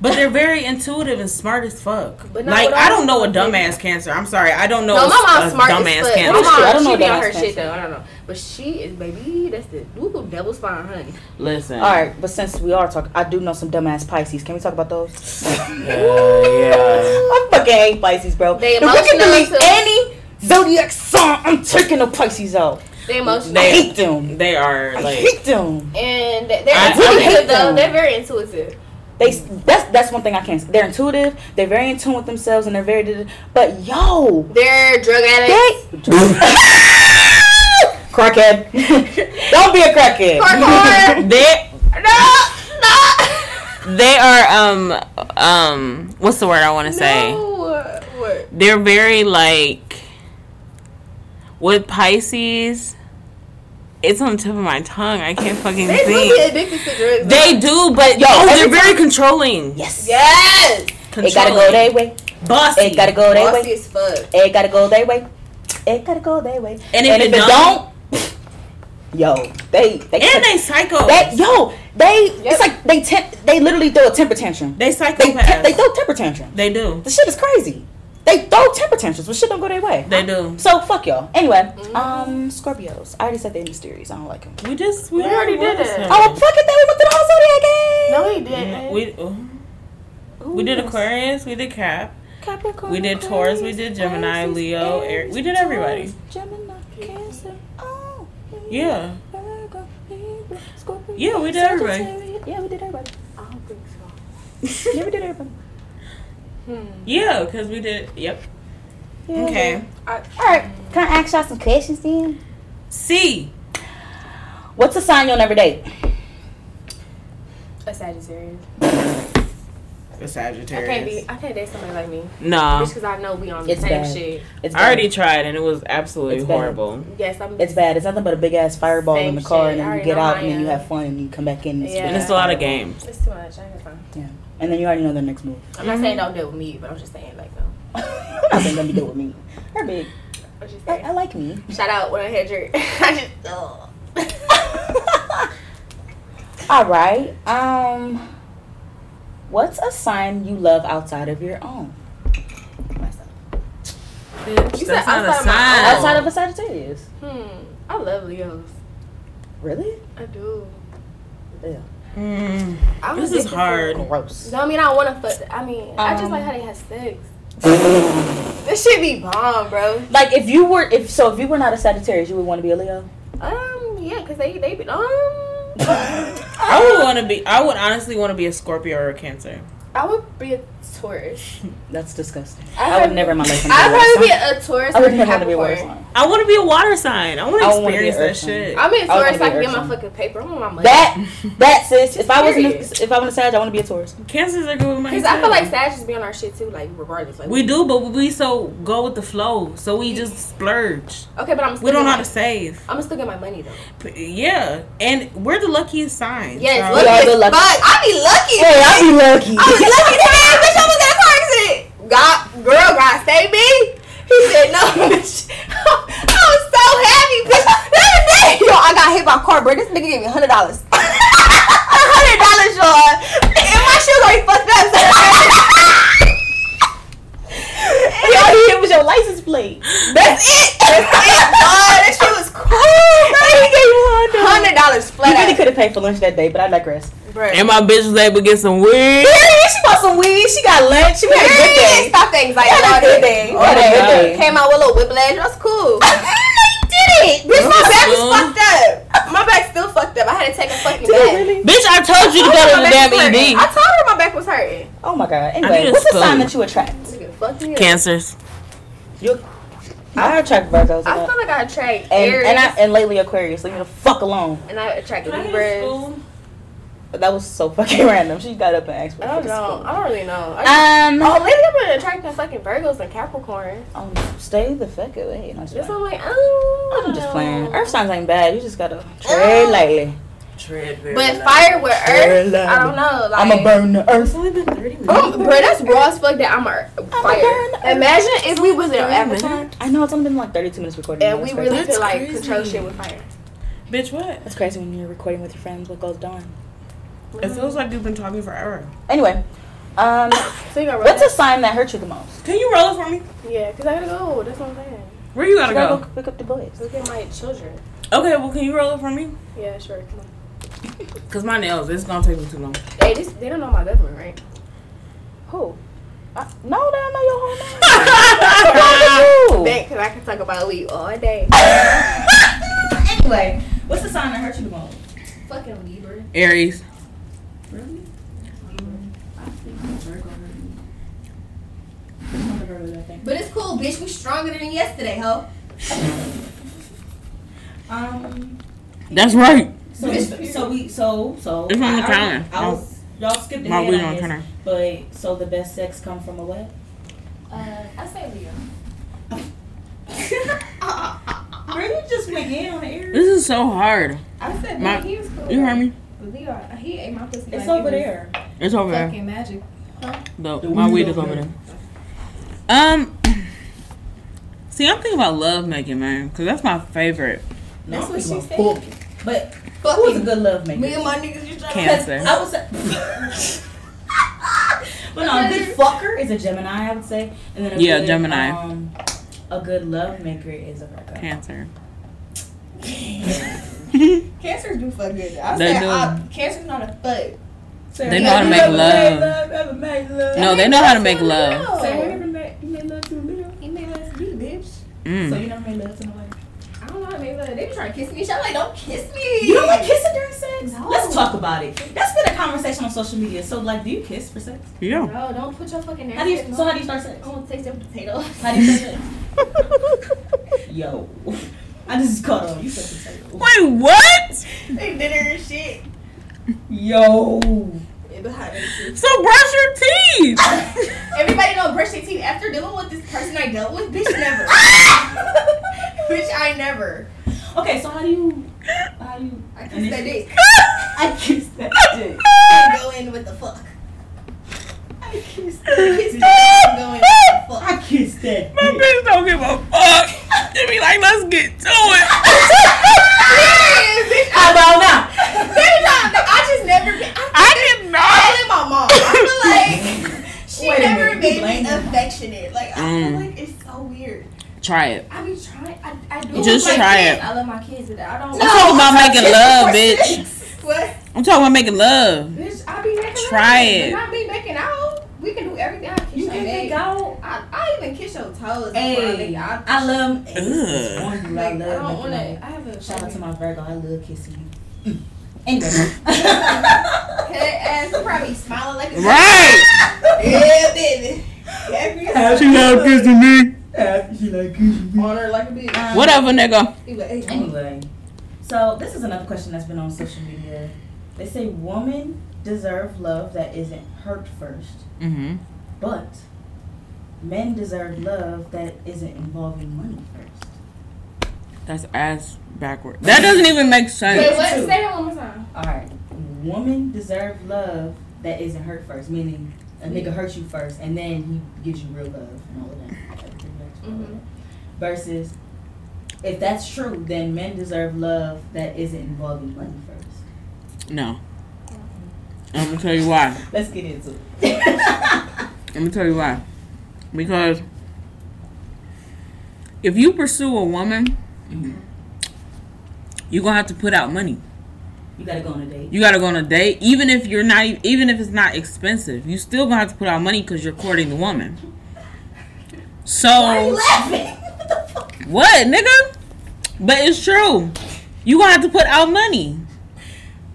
C: but they're very intuitive and smart as fuck.
B: But not
C: like
B: with
C: I
B: all-
C: don't know a dumbass cancer. I'm sorry, I don't know
B: No,
C: a,
B: my
C: a
B: mom's smart as
C: dumbass
B: fuck. My
C: cancer.
A: What is she? I
B: mom,
A: don't
B: she
A: know
B: be on
A: dumbass
B: her
A: cancer.
B: shit though. I don't know, but she is baby. That's the Google double spine, honey.
C: Listen,
A: All right, but since we are talking, I do know some dumbass Pisces. Can we talk about those?
C: Uh, yeah.
A: I fucking hate Pisces, bro.
B: They
A: if we can
B: emotional
A: delete
B: too.
A: any zodiac sign, I'm taking the Pisces out.
B: They emotional.
A: I
C: They-
A: hate them.
C: They are
A: I
C: like
A: hate them.
B: and they're
C: I
A: really
B: intuitive
A: hate
B: though.
A: them.
B: They're very intuitive.
A: They that's that's one thing I can't. They're intuitive. They're very in tune with themselves, and they're very. But yo,
B: They're drug addicts.
A: they crackhead. Don't be a crackhead.
B: Parkour.
C: they
B: no,
C: They are um um what's the word I want to
B: no.
C: say?
B: No. What?
C: They're very like with Pisces. It's on the tip of my tongue. I can't fucking
B: They do be
C: think.
B: addicted to drugs.
C: They do, but
A: Yo,
C: oh, they're
A: every
C: very controlling.
A: Yes.
B: yes.
A: It gotta go
C: Controlling.
A: their way.
C: Bossy.
A: It gotta go their way.
B: Bossy as fuck.
A: It gotta go their way. It gotta go their way.
C: And if it don't-
A: yo, they they,
C: And they psycho.
A: they- yo they
B: Yep.
A: it's like they tem- they literally throw a temper tantrum.
C: they
A: They
C: psychopaths.
A: te-
C: They,
A: they throw temper tantrum.
C: do.
A: The shit is crazy. They throw temper tantrums, but shit don't go their way.
C: They do.
A: so fuck y'all. Anyway, um, Scorpios. I already said they're mysterious. I don't like them.
C: We just we,
B: We already
C: went
B: did
C: this
B: it.
C: one.
A: Oh fuck it, then we went through the whole zodiac game.
B: No, he didn't.
C: We oh, we did Aquarius. We did Cap.
A: Capricorn,
C: We did Taurus. We did Gemini,
A: Pisces,
C: Leo, Aries. We did
A: Taurus,
C: everybody.
A: Gemini, Cancer. Oh,
C: Yeah.
A: Virgo, Libra, Scorpio,
C: Yeah, we did everybody.
A: Sagittarius. Yeah, we did everybody.
B: I don't think so.
A: Yeah, we did everybody.
B: Hmm.
C: Yeah, because we did. Yep.
A: Yeah.
C: Okay.
A: All right. Can I ask y'all some questions then?
C: C.
A: What's a sign you'll never date?
B: A Sagittarius.
C: a
B: I
C: Sagittarius.
B: can't be. I can't date somebody like me.
C: No,
B: Just because I know we on
A: Um,
B: the
A: It's
B: same
A: bad.
B: shit.
A: It's
C: I already
A: bad.
C: tried and it was absolutely
A: It's bad.
C: horrible.
B: Yes, I'm.
A: It's bad. It's nothing but a big ass fireball in
B: Same
A: the car,
B: shit.
A: and then you
B: I already
A: get
B: know
A: out,
B: I
A: and then you
B: am.
A: have fun, and you come back in. And
B: Yeah.
C: And it's a lot of games.
B: It's too much. I ain't fun.
A: And then you already know the next move.
B: I'm not saying don't deal with me, but I'm just saying like no.
A: Nothing gonna be good with me. Her big.
B: I'm just
A: I,
B: saying.
A: I like me.
B: Shout out when I had your. I just. Ugh.
A: All right. Um, what's a sign you love outside of your own?
B: You said
C: That's not a
B: outside my-
C: sign.
A: Outside of a Sagittarius.
B: Hmm. I love Leos.
A: Really?
B: I do.
A: Yeah.
C: Mm,
B: I'm
C: this is
B: addicted to-
C: hard.
A: Gross.
B: No, I mean I want to fuck. I mean I just
A: Um.
B: like how they have sex. This should be bomb, bro.
A: Like if you were, if so, if you were not a Sagittarius, you would want to be a Leo.
B: Um, yeah, cause they they be um.
C: I would want to be. I would honestly want to be a Scorpio or a Cancer.
B: I would be a Taurus.
A: That's disgusting.
B: I
A: I would
B: have-
A: never in my life. wanna
B: I'd probably be
A: Leo.
B: a Taurus.
A: I
B: or
A: would never want to be a water
B: Capricorn.
A: sign.
C: I want to be a water sign. I want
A: I
C: to
A: wanna be
C: experience
A: an earth
C: that
A: sign.
C: shit.
B: I'm in
A: I would be
B: Taurus. I, can get
A: Earth
B: my
A: sign.
B: fucking paper. I want my money.
A: That that sis. If I wasn't,
B: Period.
A: a, if I was a Sag, I want to be a Taurus.
C: Cancers are good with money.
B: Cause I feel
C: too.
B: like Sag is be on our shit too, like regardless. Like
C: we do, but we so go with the flow. So we just splurge.
B: okay, but I'm still
C: We don't know how
B: getting
C: to save.
B: my- I'm still get my money though.
C: P- Yeah, and we're the luckiest signs.
B: Yes,
C: so-
B: lucky
A: We are
B: as
A: the
B: fuck.
A: lucky-
B: I be lucky.
A: Hey, I'd be lucky.
B: I was lucky to have bitch. I was in a car accident. God, girl, God save me. He said no. bitch. I was so happy, bitch. The other day, yo, I got hit by a car, bro. This nigga gave me hundred dollars. hundred dollars, y'all. And my shoes already fucked up. So
A: All you did was your license plate.
B: that's it. That's it, God. That shit was cool, bro. He gave me hundred dollars
A: You
B: flat
A: really
B: out,
A: could have paid for lunch that day, but I digress.
B: bro.
C: And my bitch was able to get some weed.
A: she bought some weed. She got lunch. She had a good day.
B: Stop things like
A: Had
B: all
A: a good
B: that.
A: day.
B: All
A: Had a good
B: that.
A: day.
B: Came out with a little whiplash. That's cool.
A: did it.
B: Bitch, my back was
C: Cool.
B: fucked up. My back still fucked up. I had to take a fucking
A: Did
B: back.
A: it really?
C: Bitch, I told you to go to the
B: My back
C: damn E
B: was hurting. I
C: ED.
B: told her my back was hurting.
A: Oh my god. Anyway,
C: just
A: what's a sign
C: spoke.
A: that you attract?
B: Nigga, fuck me up.
C: Cancers.
A: I attract Virgos. a
B: I
A: lot.
B: feel like I attract
A: And,
B: Aries
A: and I and lately Aquarius. Leave me the fuck alone.
B: and I attract
C: Libras.
B: Libras.
A: That was so fucking random. She got up and asked.
B: I
A: me
B: don't
A: for
B: know. I don't really know. I just-
A: school.
B: oh,
A: Um.
B: lately I've been attracting fucking Virgos and Capricorns.
A: Oh, stay the fuck away. No, I'm just
B: Just
A: playing.
B: I'm like, oh.
A: I'm just playing. Earth signs ain't bad. You just gotta tread lightly.
B: But fire with Earth,
A: Caroline.
B: I don't know. Like,
A: I'ma burn the earth.
B: Um, bro, that's raw as fuck that I'm a
A: burn
B: fire. Imagine if we was in Avatar
A: I know it's only been like 32 minutes recording.
B: and
A: That's
B: we
A: crazy.
B: really
C: That's
B: could like
C: crazy.
B: control shit with fire.
C: Bitch, what?
A: That's crazy when you're recording with your friends. What goes down?
C: It feels like you've been talking forever.
A: Anyway, um,
B: So you gotta roll
A: what's a
B: that.
A: sign that hurt you the most?
C: Can you roll it for me?
B: Yeah, cause I gotta go. That's what I'm saying.
C: Where you gotta
A: You gotta
C: go?
A: go pick up the boys.
B: Look at my children.
C: Okay, well, can you roll it for me?
B: Yeah, sure. Come on.
C: Cause my nails, it's gonna take me too long.
B: Hey, this, they don't know my government, right?
A: Who? I, no, they don't know your whole name. What's wrong with you?
B: Because I can talk about weed all day.
E: Anyway, what's the sign that hurt you the most?
F: Fucking Libra.
C: Aries.
F: But it's cool, bitch. We stronger than yesterday, ho.
E: Um,
C: That's right.
E: so, so we, so, so.
C: It's on the
E: I- I-
C: counter.
E: I was, y'all skipped
C: My
E: ahead
C: weed
E: on
C: on
E: this,
C: turner.
E: but, so the best sex come from a what?
F: Uh, I say Leo.
E: Brittany just went in on the air.
C: This is so hard.
F: I said
C: My-
F: Leo. He was cool.
C: You heard me?
F: But Leo, he ate my pussy.
E: It's
F: like it
E: over
F: was
E: there.
C: It's over there.
F: Fucking magic.
C: No, my weed is over there. Um, see, I'm thinking about love making, man, because that's my favorite.
E: No,
F: That's
E: I'm
F: what
E: thinking
F: she said.
E: about fuck. But who was a
F: Fucking
E: good love
F: me
E: maker?
F: and my niggas just trying
C: Can't.
F: to.
E: Because I would say. but no, a good fucker is a Gemini, I would say, and then a
C: Yeah,
E: good,
C: Gemini.
E: Um, a good love maker is a Virgo.
C: Cancer.
F: Cancers do fuck good. I
C: They
F: say
C: do.
F: I, cancer's not a fuck.
E: Sarah,
C: They
E: you
C: know how to
E: ever
C: make
E: made
C: love.
E: Ever made love?
C: No, they know how to make love.
E: Sarah, you ever made, you made love to a girl?
F: He made us be bitch.
E: So
C: Mm.
E: you never made love to nobody?
F: I don't know. how to make love. They be trying to kiss me. She's like, don't kiss me.
E: You don't like kissing during sex?
F: No.
E: Let's talk about it. That's been a conversation on social media. So, like, do you kiss for sex?
C: Yeah.
F: No, don't put your fucking.
E: How do you?
F: nasty-
E: So how do you start sex?
F: I
B: Oh.
F: want to taste your potato.
E: How do you start sex? Yo, I just caught on. You said potato.
C: Wait, what?
F: They dinner and shit.
E: Yo,
F: Yeah, but how
C: So brush your teeth.
B: Everybody don't brush their teeth after dealing with this person I dealt with. Bitch, never. bitch, I never.
A: Okay, so how do you? How do you?
B: I kiss that dick.
A: I kissed that dick.
B: I go in with the fuck. I kiss that dick. I go in with the fuck.
A: I kissed that
C: My
A: dick.
C: bitch don't give a fuck. They be like, let's get to it.
B: Yeah, bitch, I,
A: How about now?
B: every time, like, I just never. been- I
C: I did not.
B: blame my mom. I feel like she
A: Wait a
B: never
A: minute, you
B: made
A: blame
B: me
A: her.
B: affectionate. Like I
C: Mm.
B: feel like it's so weird.
C: Try it.
B: I be trying. I, I do.
C: You just
B: like
C: try
B: kids.
C: it.
B: I love my kids, but I don't.
C: I'm talking about making love, bitch.
B: What?
C: I'm talking about making love.
B: Bitch, I be making
C: Try
B: out.
C: it.
B: But not be making out. We can do everything. I kiss
A: You
B: your
A: can
B: neck.
A: think out.
B: I, I even kiss your toes.
A: Hey,
B: I,
A: I love.
C: Ugh.
A: On you,
B: like,
A: I
B: I
A: love.
B: don't want
A: making
B: to.
A: love.
B: I have a
A: Shout out to
B: my
A: my Virgo. I love kissing you. Mm. Anyway,
B: head ass. I'm probably smiling like a
C: Right.
B: yeah, baby. Every
A: She
C: love kissing me.
A: she like kissing me.
B: on her like a bitch.
C: Whatever, nigga.
B: Anyway, anyway.
A: Anyway, so this is another question that's been on social media. They say women deserve love that isn't hurt first,
C: Mm-hmm.
A: but men deserve love that isn't involving money first.
C: That's ass backward. That doesn't even make
B: Wait,
C: sense.
B: what? Say that one more time.
A: All right, women deserve love that isn't hurt first, meaning a nigga hurts you first and then he gives you real love and all of that. Like, pretty much all of that.
B: Mhm.
A: Versus, if that's true, then men deserve love that isn't involving money first.
C: No. I'm gonna tell you why.
A: Let's get into it.
C: Let me tell you why. Because if you pursue a woman, Mm-hmm. you're gonna have to put out money.
A: You gotta go on a date.
C: You gotta go on a date, even if you're not, even if it's not expensive. You still gonna have to put out money because you're courting the woman. So what, nigga? But it's true. You gonna have to put out money.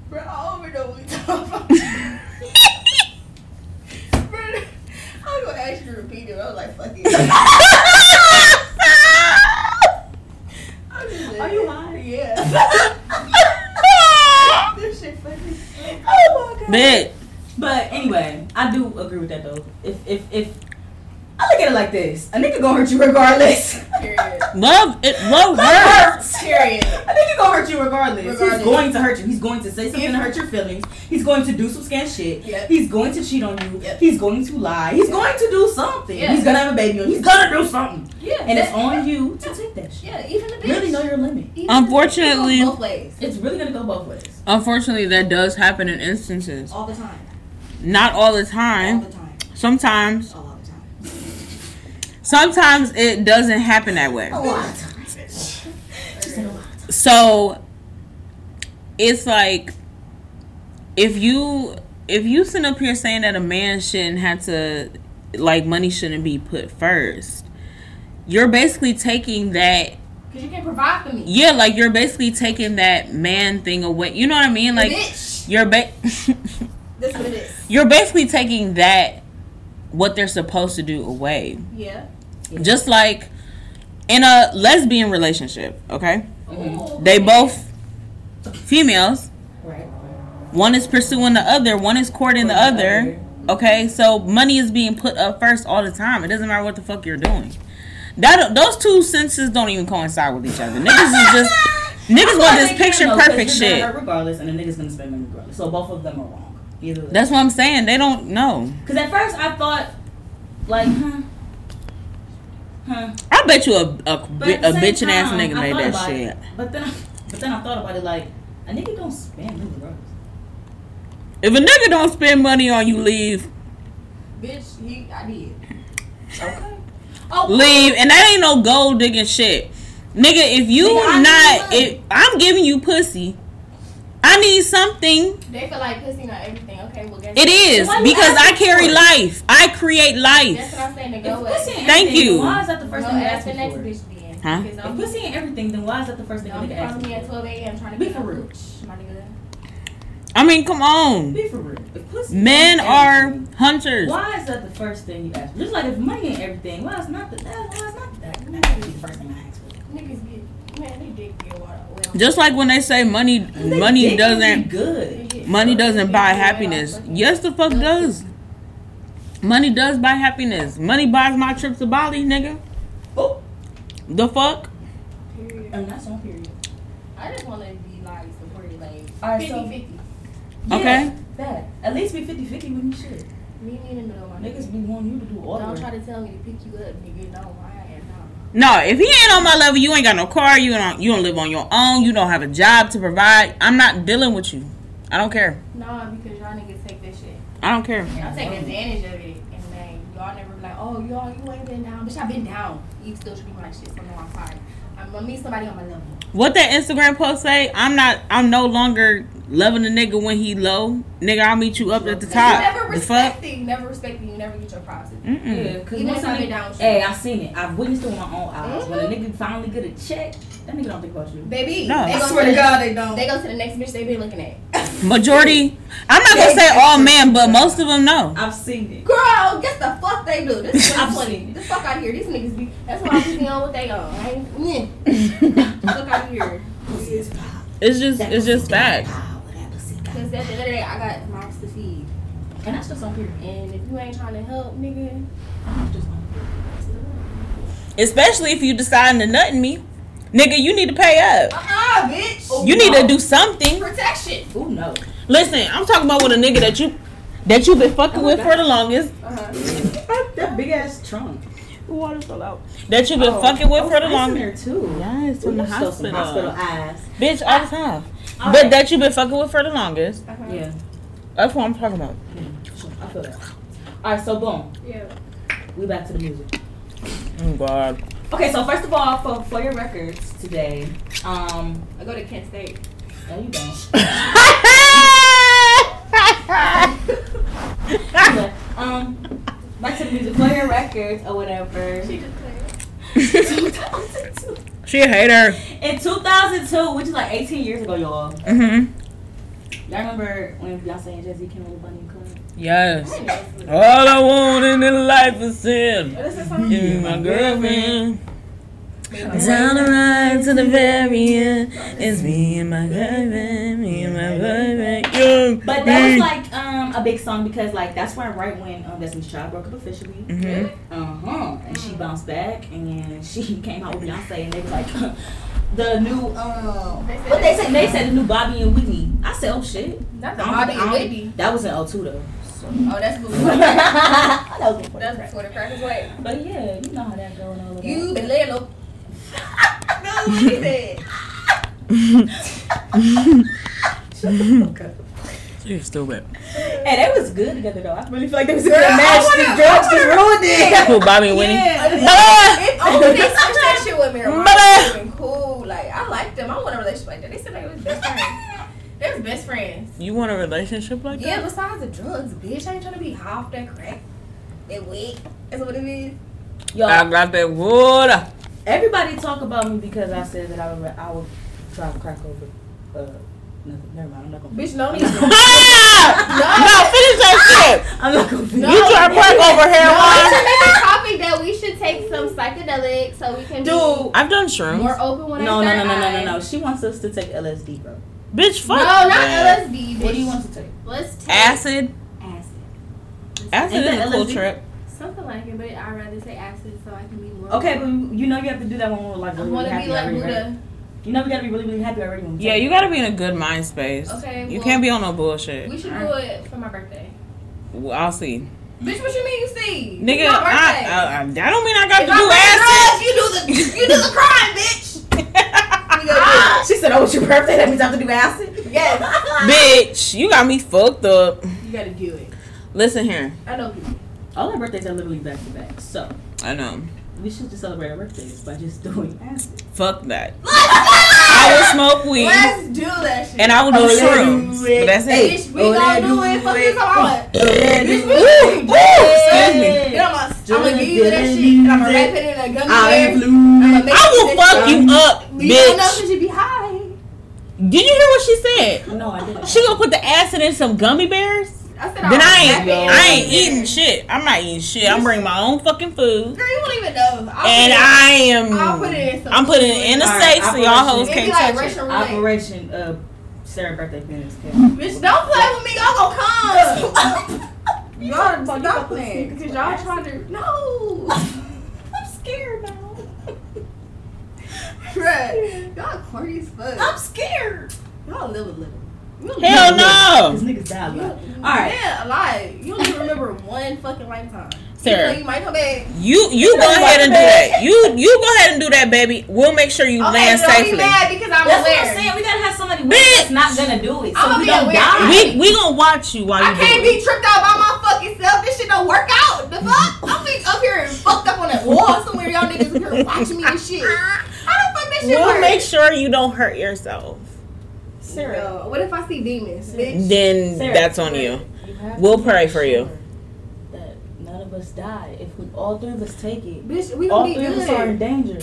B: Bro, I over know what we talking about. Bro, I'm gonna ask you to repeat it. I was like, fuck it. I'm just
A: Are you high?
B: Yeah. this shit fucking. Oh my god.
C: Bitch,
A: But anyway, I do agree with that though. If if if I look at it like this, a nigga gonna hurt you regardless.
B: Period.
C: love it, love her.
A: Hurts.
B: Period.
A: A nigga gonna hurt you regardless. He's
B: Regardless.
A: going to hurt you. He's going to say something to hurt your feelings. He's going to do some scam shit.
B: Yep.
A: He's going to cheat on you.
B: Yep.
A: He's going to lie. He's going to do something.
B: Yeah.
A: He's gonna have a baby on you. He's gonna do something.
B: Yeah.
A: And it's
B: that-
A: on you to take that shit.
B: Yeah, even the bitch.
A: Really know your limit.
B: Even
C: Unfortunately-
B: it goes both ways.
A: It's really gonna go both ways.
C: Unfortunately, that does happen in instances.
B: All the time.
C: Not all the
B: All
C: time.
B: the time.
C: Sometimes,
B: A lot of time.
C: sometimes it doesn't happen that way.
A: lot.
C: So it's like if you if you sit up here saying that a man shouldn't have to like money shouldn't be put first, you're basically taking that
B: Because you can provide for me.
C: yeah, like you're basically taking that man thing away. You know what I mean? Like
B: bitch.
C: you're ba-
B: This is what it is.
C: you're basically taking that what they're supposed to do away.
B: Yeah.
C: Just like in a lesbian relationship, okay?
B: Ooh.
A: Mm-hmm.
C: They both females.
A: Right.
C: One is pursuing the other, one is courting the other. Okay? So money is being put up first all the time. It doesn't matter what the fuck you're doing. That those two senses don't even coincide with each other. Niggas is just niggas want this picture perfect shit.
A: Regardless, and the nigga's gonna spend money regardless. So both of them are wrong. Either way.
C: That's what I'm saying. They don't know.
A: Because at first I thought, like,
C: Mm-hmm.
A: huh, huh.
C: I bet you a a,
A: But at the
C: a
A: same
C: bitch and ass
A: time,
C: nigga
A: I
C: made
A: thought
C: that
A: about
C: shit.
A: it. But then, I, but then I thought about it like a nigga don't spend money regardless.
C: If a nigga don't spend money on you, leave.
B: Bitch, you, I did.
A: Okay. Oh,
C: leave and that ain't no gold digging shit nigga if you
B: Nigga, I need
C: not
B: money.
C: if i'm giving you pussy i need something
B: They feel like pussy not everything. Okay, well, guess
C: it is
A: Why you
C: because i
A: asking
C: carry
A: for it?
C: life i create
B: That's what
C: life
B: I'm saying. To
A: If
B: go
A: pussy
B: away.
A: ain't
C: Thank
A: everything,
C: you.
A: then Why is that the first
B: First
A: thing
B: no,
A: you
B: ask
A: ask
B: the
A: me
B: next
A: for?
B: bitch then.
C: Huh?
B: Because
A: If
B: don't,
A: pussy ain't everything, then why is that the first thing a
B: don't
A: nigga
B: call
A: asks
B: me
A: you
B: at
A: for?
B: 12 a.m. trying to
A: Be
B: get
A: for
B: no
A: real.
B: cooch, my nigga.
C: i mean come on
A: Be for real. If pussy
C: men
A: ain't
C: are
A: everything,
C: hunters
A: Why is that the first thing you ask? for? Just like if money ain't everything, why is not the that? Why is not that? That gotta be the first thing I ask for.
B: Niggas get, man, they dick get water. Well,
C: just like when they say money
A: They
C: money
A: dick be
C: doesn't
A: good.
B: they get
C: Money doesn't buy happiness. Yes, the fuck does. Money does buy happiness. Money buys my trip to Bali, nigga.
A: Oh,
C: The fuck?
B: Period.
A: and that's on period.
B: I just want to be like supported, like
A: All right,
B: 50
A: so-
B: 50.
C: Okay.
A: That. At least be 50 50 when you should.
B: Meet me in the middle, my niggas.
A: Niggas be wanting you to do all the
B: Don't
A: work.
B: try to tell me to pick you up, nigga. No, I am not.
C: No, if he ain't on my level, you ain't got no car. You don't. You don't live on your own. You don't have a job to provide. I'm not dealing with you. I don't care.
B: Nah, because y'all niggas take that shit.
C: I don't care.
B: Y'all
A: Mm-hmm.
B: take advantage of it. And like, y'all never be like, oh, y'all, you ain't been down. Bitch, I've been down. You still treat me like shit, so no, I'm fine. I'm gonna meet somebody on my level.
C: What that Instagram post say? I'm not. I'm no longer loving a nigga when he low. Nigga, I'll meet you up at the
B: Cause you never
C: top. The fuck?
B: respecting, never respecting, you never get your props.
C: Mm-mm.
A: Yeah, cause
B: Even
A: once
B: if
A: a
B: I've been
A: nigga-
B: down with you.
A: Hey, I seen it. I've witnessed it with my own eyes. When a
B: Mhm.
A: nigga finally get a check, that nigga don't think about you.
B: Baby,
C: No.
B: they
C: I
B: go
D: swear to
B: the-
D: God, they don't.
B: They go to the next bitch they been looking at.
C: Majority. I'm not gonna say all men, but most of them no.
A: I've seen it.
B: Girl, guess the fuck they do. This is
A: I've
B: 2020.
A: seen it.
B: This fuck out of here. These niggas be. That's why I'm be on what they on. I ain't, yeah. fuck out of here.
C: It's just. It's just fact.
B: Cause at the end of the day, I got mouths to feed.
A: And that's just on period.
B: And if you ain't trying to help, nigga,
A: That's just on period.
C: Especially if you deciding to nut in me, nigga. You need to pay up.
B: ah, bitch.
C: You need to do something.
B: protection.
A: Ooh, no.
C: Listen, I'm talking about with a nigga that you that you been fucking with for the longest.
A: That big ass trunk.
C: Water fell out. That you
A: Oh.
C: been fucking with for the
A: long
C: longest.
A: there too.
C: Yes,
A: Ooh, you still some hospital eyes.
C: Bitch, all the time.
A: All
C: but
A: right.
C: that you been fucking with for the longest.
B: Uh-huh.
A: Yeah,
C: That's what I'm talking about.
A: sure, I feel that. All right, so boom,
B: Yeah.
A: we back to the music.
C: Oh God.
A: Okay, so first of all, for, for your records today, um,
B: I go to Kent State.
A: no, you don't. But, um, back to the music for your records or whatever.
B: She just played.
A: 2002.
C: she a hater.
A: In 2002, which is like 18 years ago, y'all.
C: Mm-hmm.
A: Y'all remember when Beyonce and Jay Z came on the Bunny and Clyde?
C: Yes.
B: I ain't know.
C: All I want in this life is him.
B: What is this song?
C: Give me my girlfriend. Down the ride to the very end. It's me and my girlfriend, me and my boyfriend. you
A: But that
C: Mm.
A: was like um a big song because like that's when right when um, Destiny's Child broke up officially.
C: Mhm.
A: Uh huh. And she bounced back and she came out with Beyonce and they were like the new um
B: They
A: what
B: said
A: they
B: they-
A: said they said the new Bobby and Whitney. I said oh shit.
B: Not the
A: I don't
B: Bobby
A: think-
B: and
A: I don't-
B: Whitney.
A: That was in O2 though. So.
B: Oh, that's Boo.
A: that was before the
B: That's
A: crack.
B: Twitter crackers. Wait.
A: But yeah, you know how that go and all of that.
B: You belittle. no, what he said.
C: You're stupid.
A: and they was good together though. I really feel like they was a good
B: Girl, I
A: match. The
B: wanna-
A: drugs just ruined it.
C: Who, Bobby and Winnie? Ah!
B: If only Oh, they switched that uh, shit with marijuana,
C: Mother.
B: it would've been cool. Like I liked them. I want a relationship like that. They said they was best friends. They was best friends.
C: You want a relationship like
B: Yeah,
C: that?
B: besides the drugs, bitch, I ain't trying to be high off that crack. That weed. That's what it is.
A: Y'all,
C: I got that water.
A: Everybody talk about me because I said that I would I would drive a crack over. Uh, nothing. Never mind. I'm not gonna.
B: Bitch, no need. No,
A: Ah!
C: no, finish that shit.
A: I'm not gonna.
C: You try to park over
B: we
C: heroin.
B: should make a topic that we should take some psychedelic so we can
A: Dude.
C: I've done
B: be
C: shrooms.
B: more open when
A: No, no,
B: I
A: no, no, no, no, no. She wants us to take LSD, bro.
C: Bitch,
B: No,
C: fuck.
B: not
C: that.
B: LSD. Bitch.
A: What do you want to take?
B: Let's take
C: Acid.
A: Acid.
C: Acid
A: Ain't
C: is
A: that
C: a cool
A: LSD?
C: trip.
B: something like it, but I'd rather say acid so I can be more.
A: Okay, but you know you have to do that when we're like
B: I
A: really,
B: want
A: really
B: to be
A: happy
B: like
A: already, right?
B: Buddha.
A: You know we gotta be really, really happy already. When we
C: Yeah,
A: take
C: you
A: it.
C: gotta be in a good mind space.
B: Okay,
C: You
B: well-
C: can't be on no bullshit.
B: We should do it for my birthday.
C: Well, I'll see.
B: Bitch, what you mean you see?
C: Nigga,
B: It's
C: I,
B: my birthday.
C: I, I, that don't mean I got
B: if
C: to
B: I
C: do
B: do
C: acid.
B: drugs, you do the you do the crime, bitch. You go,
A: Ah, she said, "Oh, it's your birthday. That means I have to do acid."
B: yes,
C: Bitch, you got me fucked up.
B: you gotta do it.
C: Listen here.
B: I know people.
A: All our birthdays are literally back to back, so
C: I know.
A: we should just celebrate our birthdays by just doing acid.
C: Fuck that. I will smoke weed
B: Let's do that shit.
C: and oh, I will do
A: Oh, let's
C: shrooms.
A: do it.
C: But that's it.
B: bitch, we gonna do it. Fuck you, come on. Bitch, we
C: Ooh, ooh, excuse me.
B: Get on my. I'm gonna give you that shit. And I'm gonna wrap it in a gummy bear.
A: blue.
B: I'ma make
C: I
B: sure
C: will
B: that
C: fuck you up,
B: You don't know
C: bitch.
B: because you be high.
C: Did you hear what she said?
A: No, I didn't.
C: She gonna put the acid in some gummy bears?
B: I said
C: Then I
B: I'll wrap
C: ain't,
B: it in a
C: I ain't
B: gummy bear.
C: eating shit. I'm not eating shit. I'm bringing my own fucking food.
B: Girl, you won't even know. I'll
C: And
B: put it-
C: I am.
B: I'll put it in some
C: I'm putting it in a
A: Alright,
C: safe so y'all hoes
B: It'd be
C: can't
B: like
C: touch it.
B: Russian roulette.
A: Operation uh, Sarah's birthday business.
B: Bitch, don't play with me. Y'all gonna come. y'all stop playing. Because y'all trying to. No. I'm scared now. Bruh, y'all corny as fuck. I'm scared. Y'all live a little. You
C: Hell
A: These
C: no.
A: niggas die a lot.
B: All
A: right.
B: right. Yeah, alive. You don't even remember one fucking lifetime. You,
C: Sarah.
B: think you might come back.
C: You you go ahead and do that. You you go ahead and do that, baby. We'll make sure you
B: Okay,
C: land
B: don't be
C: safely.
B: mad because I'm
A: That's what I'm
B: aware.
A: saying. We gotta have somebody with us that's not gonna do it. So
B: I'ma
A: we
B: be
A: don't
B: aware.
A: die.
C: We we gonna watch you while
B: I
C: you do it.
B: can't be tripped out by my fucking self. This shit don't work out. The fuck? I'm be up here and fucked up on that wall somewhere. Y'all niggas up here watching me and shit. How the fuck that shit
C: We'll
B: work?
C: make sure you don't hurt yourself.
A: Sarah.
B: Yo, what if I see demons, bitch?
C: Then
A: Sarah,
C: that's on you.
A: you have
C: We'll
A: to
C: pray
A: make
C: for
A: sure
C: you.
A: That none of us die. If we all three of us take it,
B: Bitch, we
A: all
B: gonna be
A: three of us are in
B: good.
A: danger.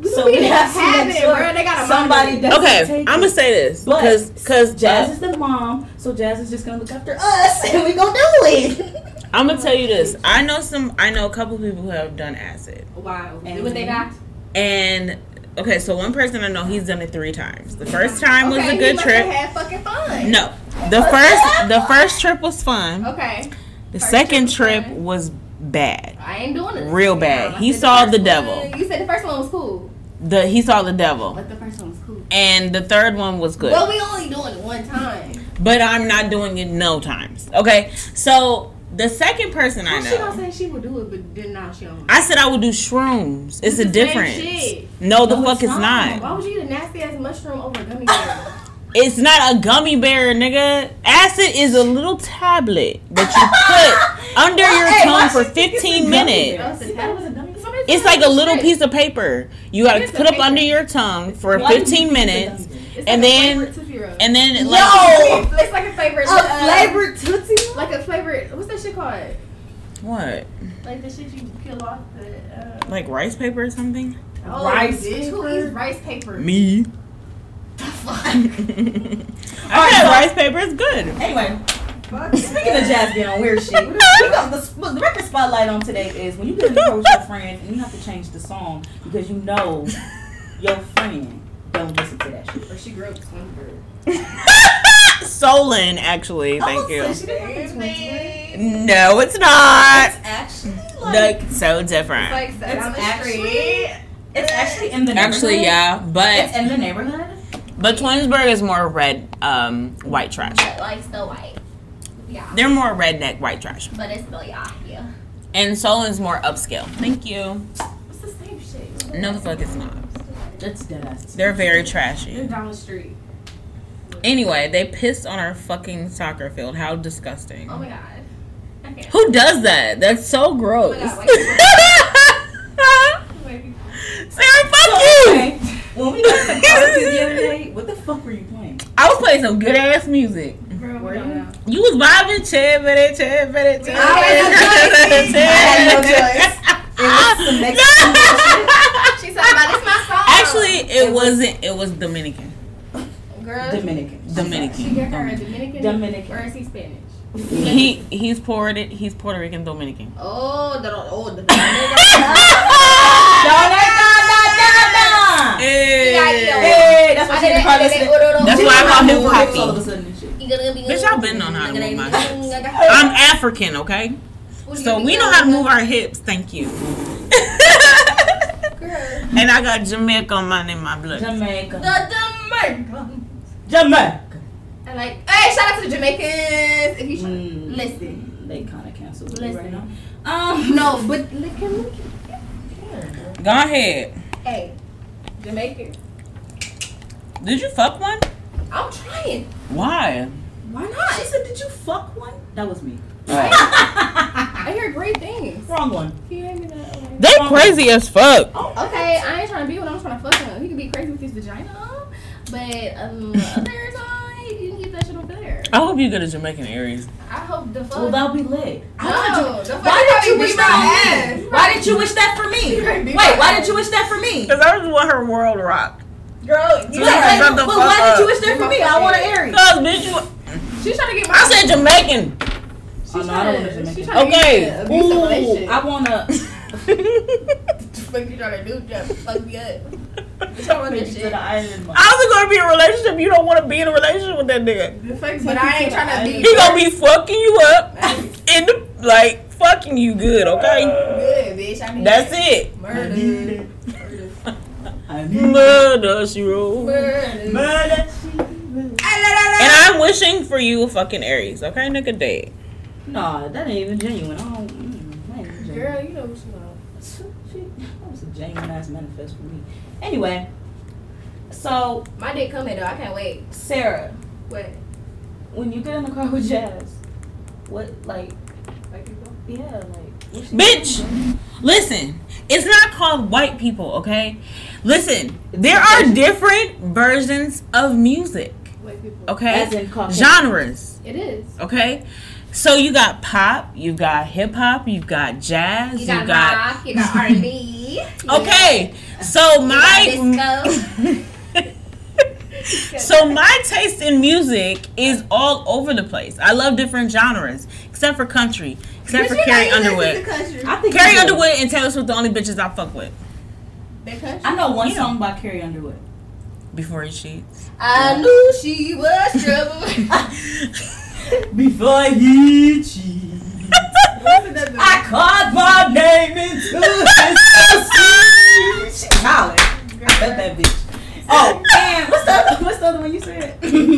B: We
A: so
B: gonna be
A: we
B: in
A: have to
B: heaven,
A: make sure
B: bro. They got a
A: somebody doesn't
C: Okay,
A: take
C: I'm gonna
A: it.
C: say this
A: But
C: because because
A: Jazz is the mom, so Jazz is just gonna look after us, and we gonna do it.
C: I'm gonna tell you this. I know some. I know a couple people who have done acid,
B: Why?
A: And-
B: Would they die?
C: and okay, so one person I know he's done it three times. The first time was
B: Okay,
C: a
B: he
C: good
B: must have
C: trip.
B: had fucking fun.
C: No, the first the first trip was fun.
B: Okay.
C: The
B: Oh, First
C: second trip
B: trip was fun.
C: was bad.
B: I ain't doing it.
C: Real bad. He saw the devil.
B: You said the first one was cool.
C: The he saw the devil,
B: But the first one was cool.
C: and the third one was good.
B: Well, we only doing it one time.
C: But I'm not doing it no times. Okay, so the second person I
B: How she gonna
C: know,
B: say she would do it, but then now she don't.
C: I said I would do shrooms. It's
B: the
C: a
B: same
C: difference.
B: shit.
C: No, the
A: No,
C: fuck
A: it's
C: it's
A: not.
C: not.
B: Why would you eat a nasty ass mushroom over a gummy bear?
C: It's not a gummy bear, nigga. Acid is a little tablet that you put under your tongue for 15 minutes.
B: That's a tablet. Somebody
C: It's
B: tell
C: like a
B: me
C: little
B: shit.
C: piece of paper. You gotta
B: It's a
C: put up
B: paper.
C: under your tongue for
A: Why do you
C: 15
A: think it's a
C: minutes,
A: gummy bear?
B: It's
C: and
B: like
C: then-
B: a flavored Tootsie Roll.
C: and then like
B: Yo, it's like a favorite. uh,
G: A flavored tootsie. Roll?
B: Like a favorite. What's that shit called?
C: what?
B: Like the shit you peel off the. Uh,
C: Like rice paper or something?
B: oh,
A: rice
B: bitch, Who
A: paper?
B: eats rice paper?
C: Me.
B: Fuck.
C: I had rice paper. It's good.
A: Anyway, speaking of jazz being on weird shit, what is- we got the, the record spotlight on today is when you get in the car with your friend and you have to change the song because you know your friend don't listen to that shit.
B: Or she grew up twin girl.
C: Solon,
A: Oh,
C: actually. Thank you.
A: She didn't have to change it.
C: No, it's not.
A: Actually, like,
C: Like so different.
B: Like down the
A: actually-
B: street.
A: it's actually in the neighborhood.
C: Actually, yeah, but
A: It's in the neighborhood.
C: But Twinsburg is more red, um, white trash.
B: But like still white. Yeah.
C: They're more redneck white trash,
B: But it's still yeah. Yeah.
C: and Solon's more upscale. Thank you.
B: It's the same shit.
C: No, the fuck it's not.
A: It's dead ass.
C: They're very
B: They're
C: trashy.
B: down the street.
C: Anyway, they pissed on our fucking soccer field. How disgusting!
B: Oh my god. I can't.
C: Who does that? That's so gross.
B: Oh my Wait,
C: Sarah, fuck you!
A: Okay. When we got in the car the other day, what the fuck were you playing?
C: I was playing some good ass music.
B: Girl,
A: Were
B: we don't
A: you?
B: know.
C: You was vibing, chill, but chill, but chill.
B: She said, "But it's my song."
C: Actually, it wasn't. It was Dominican.
B: girl,
A: Dominican.
B: she
C: Dominican.
B: got her a Dominican,
A: Dominican.
B: or is he Spanish?
C: He he's Puerto Rican- he's Puerto Rican Dominican.
B: Oh, the oh the.
A: Donatana!
C: Hey.
A: Hey, that's what she didn't call us.
C: That's why I call him
A: All of
C: Poppy.
A: a sudden and shit.
B: Bitch,
C: y'all been on how to move my I'm African, okay? So Um, we know how to move our hips. Thank you.
B: Girl,
C: and I got Jamaica man in my blood.
A: Jamaica.
B: the Jamaican.
A: Jamaica.
B: I like, hey, shout out to the Jamaicans. If you shout-
A: Mm.
B: listen,
A: They kind of canceled it
B: Listen.
A: right now.
B: Hmm. um, no, but look at me.
C: Go ahead.
B: Hey, Jamaican.
C: Did you fuck one?
B: I'm trying.
C: Why?
B: Why not?
A: She said, "Did you fuck one?" That was me.
B: I hear great things.
A: Wrong one.
B: He ain't even that way.
C: They crazy as fuck.
A: Oh,
B: Okay, I ain't trying to be what I'm trying to fuck him. He could be crazy with his vagina on, but um, other time you can keep that shit over there.
C: I hope you get a Jamaican Aries.
B: I hope the fuck.
A: Well, that'll be lit. I wanna do-
B: no, the fuck
A: Why did you wish that
B: that
A: for me? Why did you wish that for me? Wait, why did you wish that for me?
C: Cause I just want her world rock.
B: Girl, you
A: But
C: Yeah, shut the
A: but
C: fuck
A: why did you
C: up.
A: wish that for me? I want an Aries.
C: Cause bitch, you,
B: she's trying to get my.
C: I said Jamaican.
B: she's
A: Oh, no, I don't
B: trying
A: want a
B: to, she's
A: Jamaican.
B: trying to
C: Okay.
B: get an
C: Ooh,
B: abusive relationship.
A: I wanna.
B: fuck you trying to do just fuck me up.
A: Put you to the iron. Mike.
C: How's it gonna be a relationship? You don't want to be in a relationship with that nigga.
B: But I ain't trying to be
C: He gonna be fucking you up in the like fucking you good, okay?
B: good, bitch. I need
C: That's
B: that
C: it.
B: Murder.
C: Murder she roll. And
B: Murder.
A: Murder.
C: I'm wishing for you a fucking Aries, okay, nigga? Dead.
A: No, that ain't even genuine. I don't. Mm, that ain't even genuine.
B: Girl, you know what you know.
A: She, that was a genuine ass manifest for me. Anyway, so
B: My dick coming though. I can't wait.
A: Sarah,
B: What?
A: when you get in the car with Jazz, what like, like you go- yeah, like what she
C: Bitch. Listen, it's not called white people, okay? Listen, there are different versions of music,
B: White people.
A: as
C: okay?
A: in Caucasian.
C: Genres,
B: It is.
C: okay? So you got pop, you got hip hop, you got jazz,
B: You got, rock. You got R and B.
C: Okay, so my so my taste in music is all over the place. I love different genres, except for country, except for Carrie Underwood.
A: I think
C: Carrie
A: you do.
C: Underwood and Taylor Swift the only bitches I fuck with
A: I know one song by Carrie Underwood.
C: before he cheats.
B: I knew she was trouble.
A: Before he cheats, I called my name into his She hollering. I bet that bitch. Oh, and what's the other, what's the other one you said?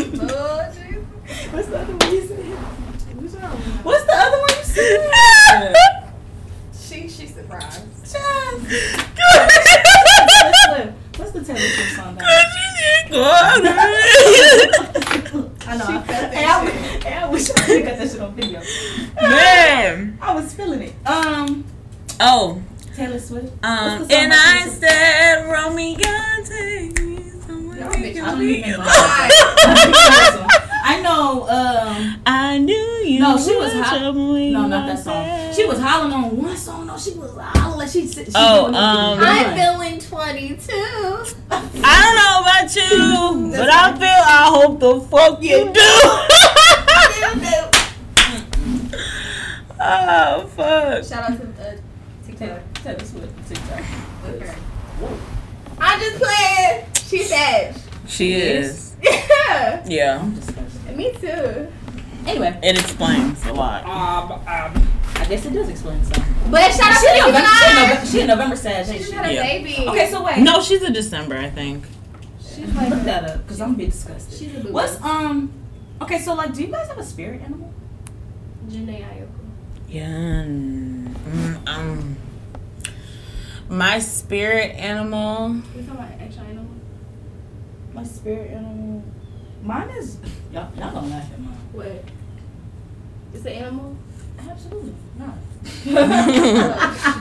A: what's the other one you said? What's the other one you said?
B: she she surprised.
A: What's the Taylor Swift song? I know. Hey, I, wish, hey, I wish I could got that shit on video.
C: Man.
A: I was feeling it. Um,
C: Oh.
A: Taylor Swift.
C: Um,
A: What's the song
C: and
A: by
C: I
A: Taylor Swift?
C: said, Romeo, take me somewhere.
B: Y'all
C: we
B: bitches
A: I
C: can
A: don't
C: be
A: even know.
C: alone."
A: I know. Um,
C: I knew you.
A: No, she was
C: would
A: hot.
C: trouble me
A: no, not
C: like
A: that song. She was hollering on one song. No, she was hollering. She, she
C: Oh,
A: doing it
C: um,
A: with the
B: I'm
A: gun.
B: feeling 22.
C: I don't know about you, but I feel I hope the fuck you do. oh fuck.
B: Shout out to uh, TikTok.
A: Taylor, Taylor Swift. TikTok.
B: with her. I'm just playing. She said.
C: She is.
B: Yeah.
C: Yeah.
B: Me too.
A: Anyway,
C: It explains a lot.
A: um, um, I guess it does explain something.
B: But shout out
A: She in
B: to
A: November. She in November,
B: TikTok.
A: she in November says.
B: She just
A: she?
B: had a
C: Yeah.
B: baby.
A: Okay, so wait.
C: No, she's a December, I think.
B: She's like,
A: Look that up, cause I'm gonna be disgusted.
B: she's a boo.
A: What's um? Okay, so like, do you guys have a spirit animal?
B: Janae Ayoko?
C: Yeah. Mm, um, my spirit animal.
B: We talking about actual animal?
A: My spirit animal. Mine is y'all. Y'all don't laugh at mine.
B: What? It's an animal?
A: Absolutely not.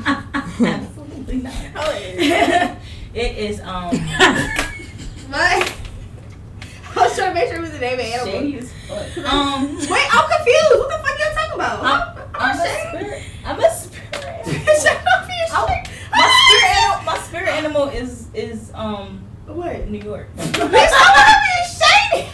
A: Absolutely not. it is um.
B: What? I was trying to make sure it was the name of animal.
A: shady as fuck. Um.
B: Wait, I'm confused. What the fuck y'all talking about?
A: I'm, I'm a
B: shady.
A: spirit. I'm a spirit.
B: Shut up, you
A: I'm-
B: shit.
A: My spirit, animal, my spirit animal is is um
B: What?
A: New York.
B: Bitch, I'm shady.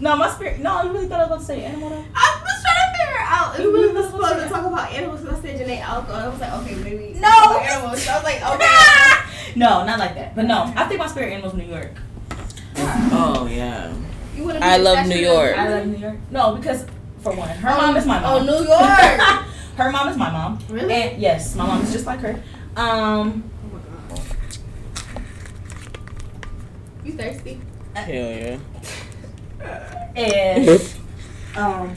A: no, my spirit. No, you really thought I was about to say animal though.
B: I was trying to figure out if
A: You
B: we
A: really
B: were
A: was
B: supposed to
A: saying-
B: talk about animals and I said Janae alcohol. I was like, okay, maybe.
A: No.
B: talk about Animals. So I was like, okay.
A: No, not like that. But no, I think my spirit animal is New York.
C: Oh yeah.
B: You wanna
C: I
B: be
C: love
B: statue
C: New
B: of
C: York.
A: I love New York. No, because for one, her mom is my
B: Oh,
A: mom.
B: New York.
A: her mom is my mom.
B: Really?
A: And yes, my mom is just like her. Um,
B: you thirsty?
C: Hell yeah.
A: and um,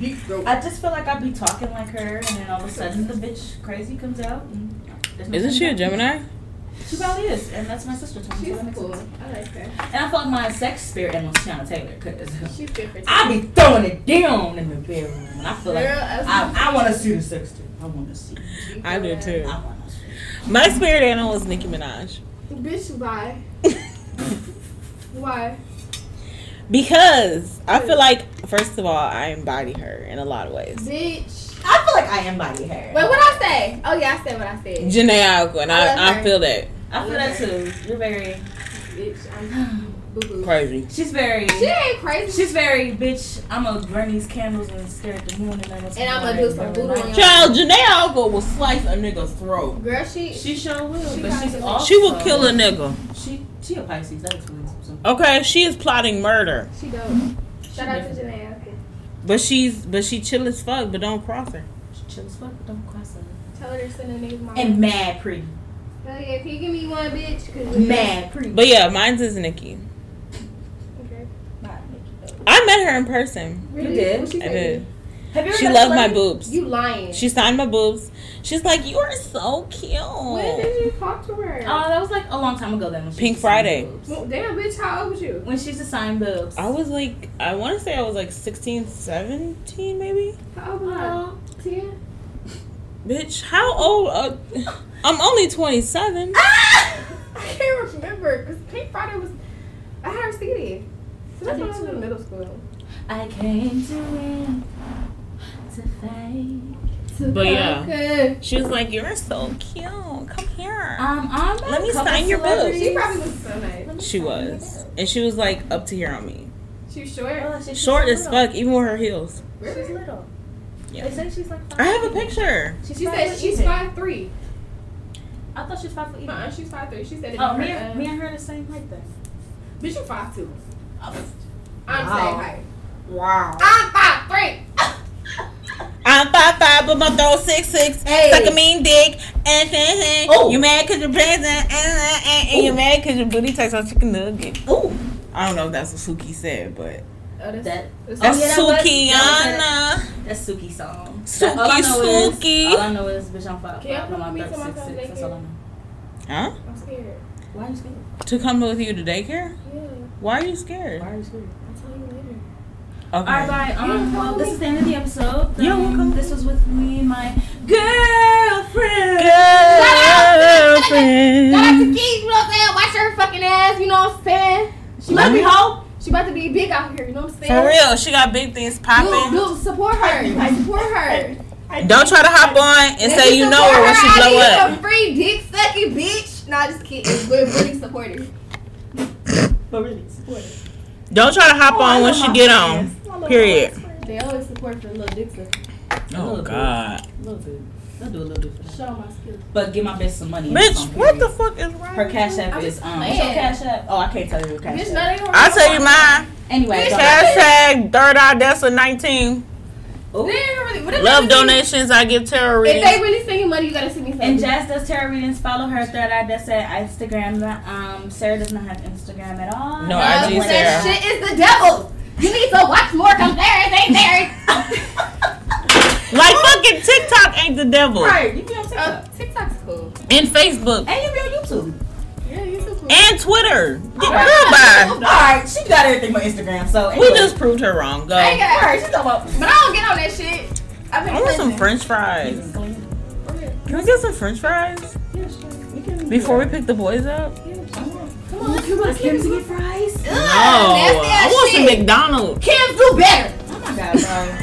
B: Deep throat.
A: I just feel like I be talking like her, and then all of a sudden the bitch crazy comes out. and there's no
C: Isn't she a
A: coming back.
C: Gemini?
A: She probably is, and that's my sister. Tony, so
B: She's
A: that makes
B: cool.
A: sense.
B: I like her.
A: And I feel like my sex spirit animal is Tiana Taylor, cause
B: She's good for
A: I be throwing it down in the bedroom, and I feel
B: Girl,
A: like
B: I,
A: I, I want to see the sex tape. I want to see. it.
C: I do too.
A: I want to see. it.
C: My spirit animal is Nicki Minaj.
B: Bitch, why? why?
C: Because I feel like, first of all, I embody her in a lot of ways.
B: Bitch.
A: I feel like I am body hair.
B: Wait, what I say? Oh yeah, I said what I said.
A: Oh,
C: Janae Alco, and
B: I love
C: I, I
B: her.
C: feel that.
A: I feel that too. You're very.
B: Bitch, I'm. boo boo.
C: Crazy.
A: She's very.
B: She ain't crazy.
A: She's very bitch. I'm gonna burn these candles and stare at the moon, and I'm gonna.
B: And I'ma do some voodoo on your
C: Child, Janae Uncle will slice a nigga's throat.
B: girl. She
A: She sure will,
B: She
A: but
B: probably
A: she's
B: will.
A: also.
C: She will kill a nigga.
A: She she a Pisces. That explains something.
C: Okay, she is plotting murder,
B: she dope.
A: Mm-hmm.
B: Shout out to Janae. okay.
C: but she's but she chill as fuck. But don't cross her.
A: She chill as fuck, but don't cross her.
B: Tell her to send a nigga my.
A: And mad pretty.
B: Hell yeah, can you give me one, bitch? Cause we-
A: Mad pretty.
C: But yeah, mine's is Nikki.
B: Okay.
C: I met her in person.
B: Really?
A: did?
B: What she
C: I
B: said?
C: did.
A: Have you ever
C: She
A: met
C: loved my
A: somebody-
C: boobs.
B: You lying.
C: She signed my boobs. She's like, you are so
B: when
C: cute.
B: did you talk to her?
A: Oh, that was like a long time ago. Then when she
C: Pink
A: designed
C: Friday.
A: boobs.
B: well, damn, bitch, how old was you?
A: When she's assigned boobs.
C: I was like, I want to say I was like 16, 17 maybe.
B: How old was
A: Uh, Oh,
B: I? Ten.
C: Bitch, how old? Uh, I'm only 27.
B: Ah! I can't remember because Pink Friday was. I had her CD. So that's when I was in middle school.
A: I came to win, to Um, fight.
C: But yeah.
B: Okay.
C: She was like, you're so cute. Come here.
A: Um, I'm a
C: Let me
A: couple
C: sign your boobs.
A: celebrities.
B: She probably was Um, so nice.
C: She was. And she was like up to here on me.
B: She was short.
A: Oh, she- she's
C: Short
A: so
C: as
A: little.
C: fuck, even with her heels.
A: She's little.
C: Yeah.
A: They say she's like five.
C: I have a
A: feet.
C: picture.
A: She's
B: She
A: five
B: said
A: foot
B: she's
A: even.
B: five three.
A: I thought she's five foot even.
B: Uh-uh, she's five three. She said it.
A: Oh,
B: Oh,
A: me and, me
B: man.
A: and her are the same height then.
B: Bitch, you five two.
A: Oh,
B: I'm
D: Wow.
B: saying height.
D: Wow.
B: I'm five three.
C: I'm five five, but my throat six six.
D: Hey.
C: Suck a mean dick. And, and, and.
D: Oh.
C: You mad cause you're present. And, and, and,
A: Oh.
C: and you mad cause your booty tastes like chicken nugget.
A: Ooh.
C: I don't know if that's what Suki said, but
B: Oh, that's,
A: That,
B: that's
A: Oh,
C: that's
A: yeah, that was- that
C: Sukiana.
A: that's Suki song.
C: Suki,
A: all I know
C: Suki.
A: Is, all I know is bitch, I'm five.
B: Can y'all
A: five, and
B: come
A: I'm
B: meet someone
A: 36,
B: from
A: six, That's all I know.
C: Huh?
B: I'm scared.
A: Why are you scared?
C: To come with you to daycare?
B: Yeah,
C: Why are you scared?
A: Why are you scared?
B: I'll tell you later.
A: All right,
C: Okay.
A: bye. Um,
B: didn't
A: well,
B: call
A: this
B: me.
A: is the end of the episode.
C: You're
A: Um,
C: welcome.
A: This was with me, and my girlfriend.
B: Girlfriend. Shout out to
C: Girlfriend.
B: Keith, you know what I'm saying? Watch her fucking ass, you know what I'm saying? She about
A: Love
B: to be
A: you, hoe.
B: She about to be big out here, you know what I'm
C: For
B: saying?
C: real, she got big things popping.
B: Dude, dude, support her. Support her.
C: Don't try to hop on and
B: If
C: say you know
B: support
C: her when she
B: I
C: blow
B: need
C: up.
B: some free dick sucking bitch. Nah, just kidding. We're really supportive.
A: But really, support her.
C: Don't try to hop
A: Oh, I
C: on
A: know
C: when she
A: my
C: get on. Period.
B: They always support for little dick sucking.
C: Oh God,
A: Little bit. I'll do a little bit for that.
B: Show my skills.
A: But give my bitch some money. and
C: bitch,
A: some
C: what the
A: period.
C: fuck is wrong?
A: Her cash app
B: I'm
A: is
B: just
A: um.
B: saying.
A: What's your cash app? Oh, I can't tell you your cash
B: Bitch,
A: app.
B: none of them.
C: I'll tell you mine.
A: Anyway,
B: Bitch,
A: don't-
B: that-
C: Hashtag third Odessa nineteen.
A: Ooh.
B: They ain't really, what if they
C: Love
B: really-
C: donations. I give tarot
B: If they
C: readings.
B: really send you money, you gotta send me something.
A: And Jazz does tarot readings. Follow her Third Eye That's at Instagram. Um, Sarah does not have Instagram at all.
C: No,
B: Love
C: IG
B: Uh, that
C: Sarah.
B: shit is the devil. You need to watch more because there is ain't there.
C: Like fucking TikTok ain't the devil.
A: Right, you be on TikTok.
B: Uh, TikTok's cool.
C: And Facebook
A: and you be on YouTube.
B: Yeah, you so cool.
C: and Twitter. Get real by.
A: All right, she got everything on Instagram. So
C: We
A: anyway.
C: just proved her wrong. Go.
B: I ain't
C: I
B: got
A: All right, she talking about.
B: But I don't get on that shit. I've been
C: want some
B: listening.
C: French fries. Can we get some French fries before we pick the boys up?
B: Come on, let's
A: You want
B: Kim
A: Kim to get fries?
B: Ugh,
C: No,
B: nasty ass
C: I want some
B: shit.
C: McDonald's.
B: Kim do better.
A: Oh my god, bro.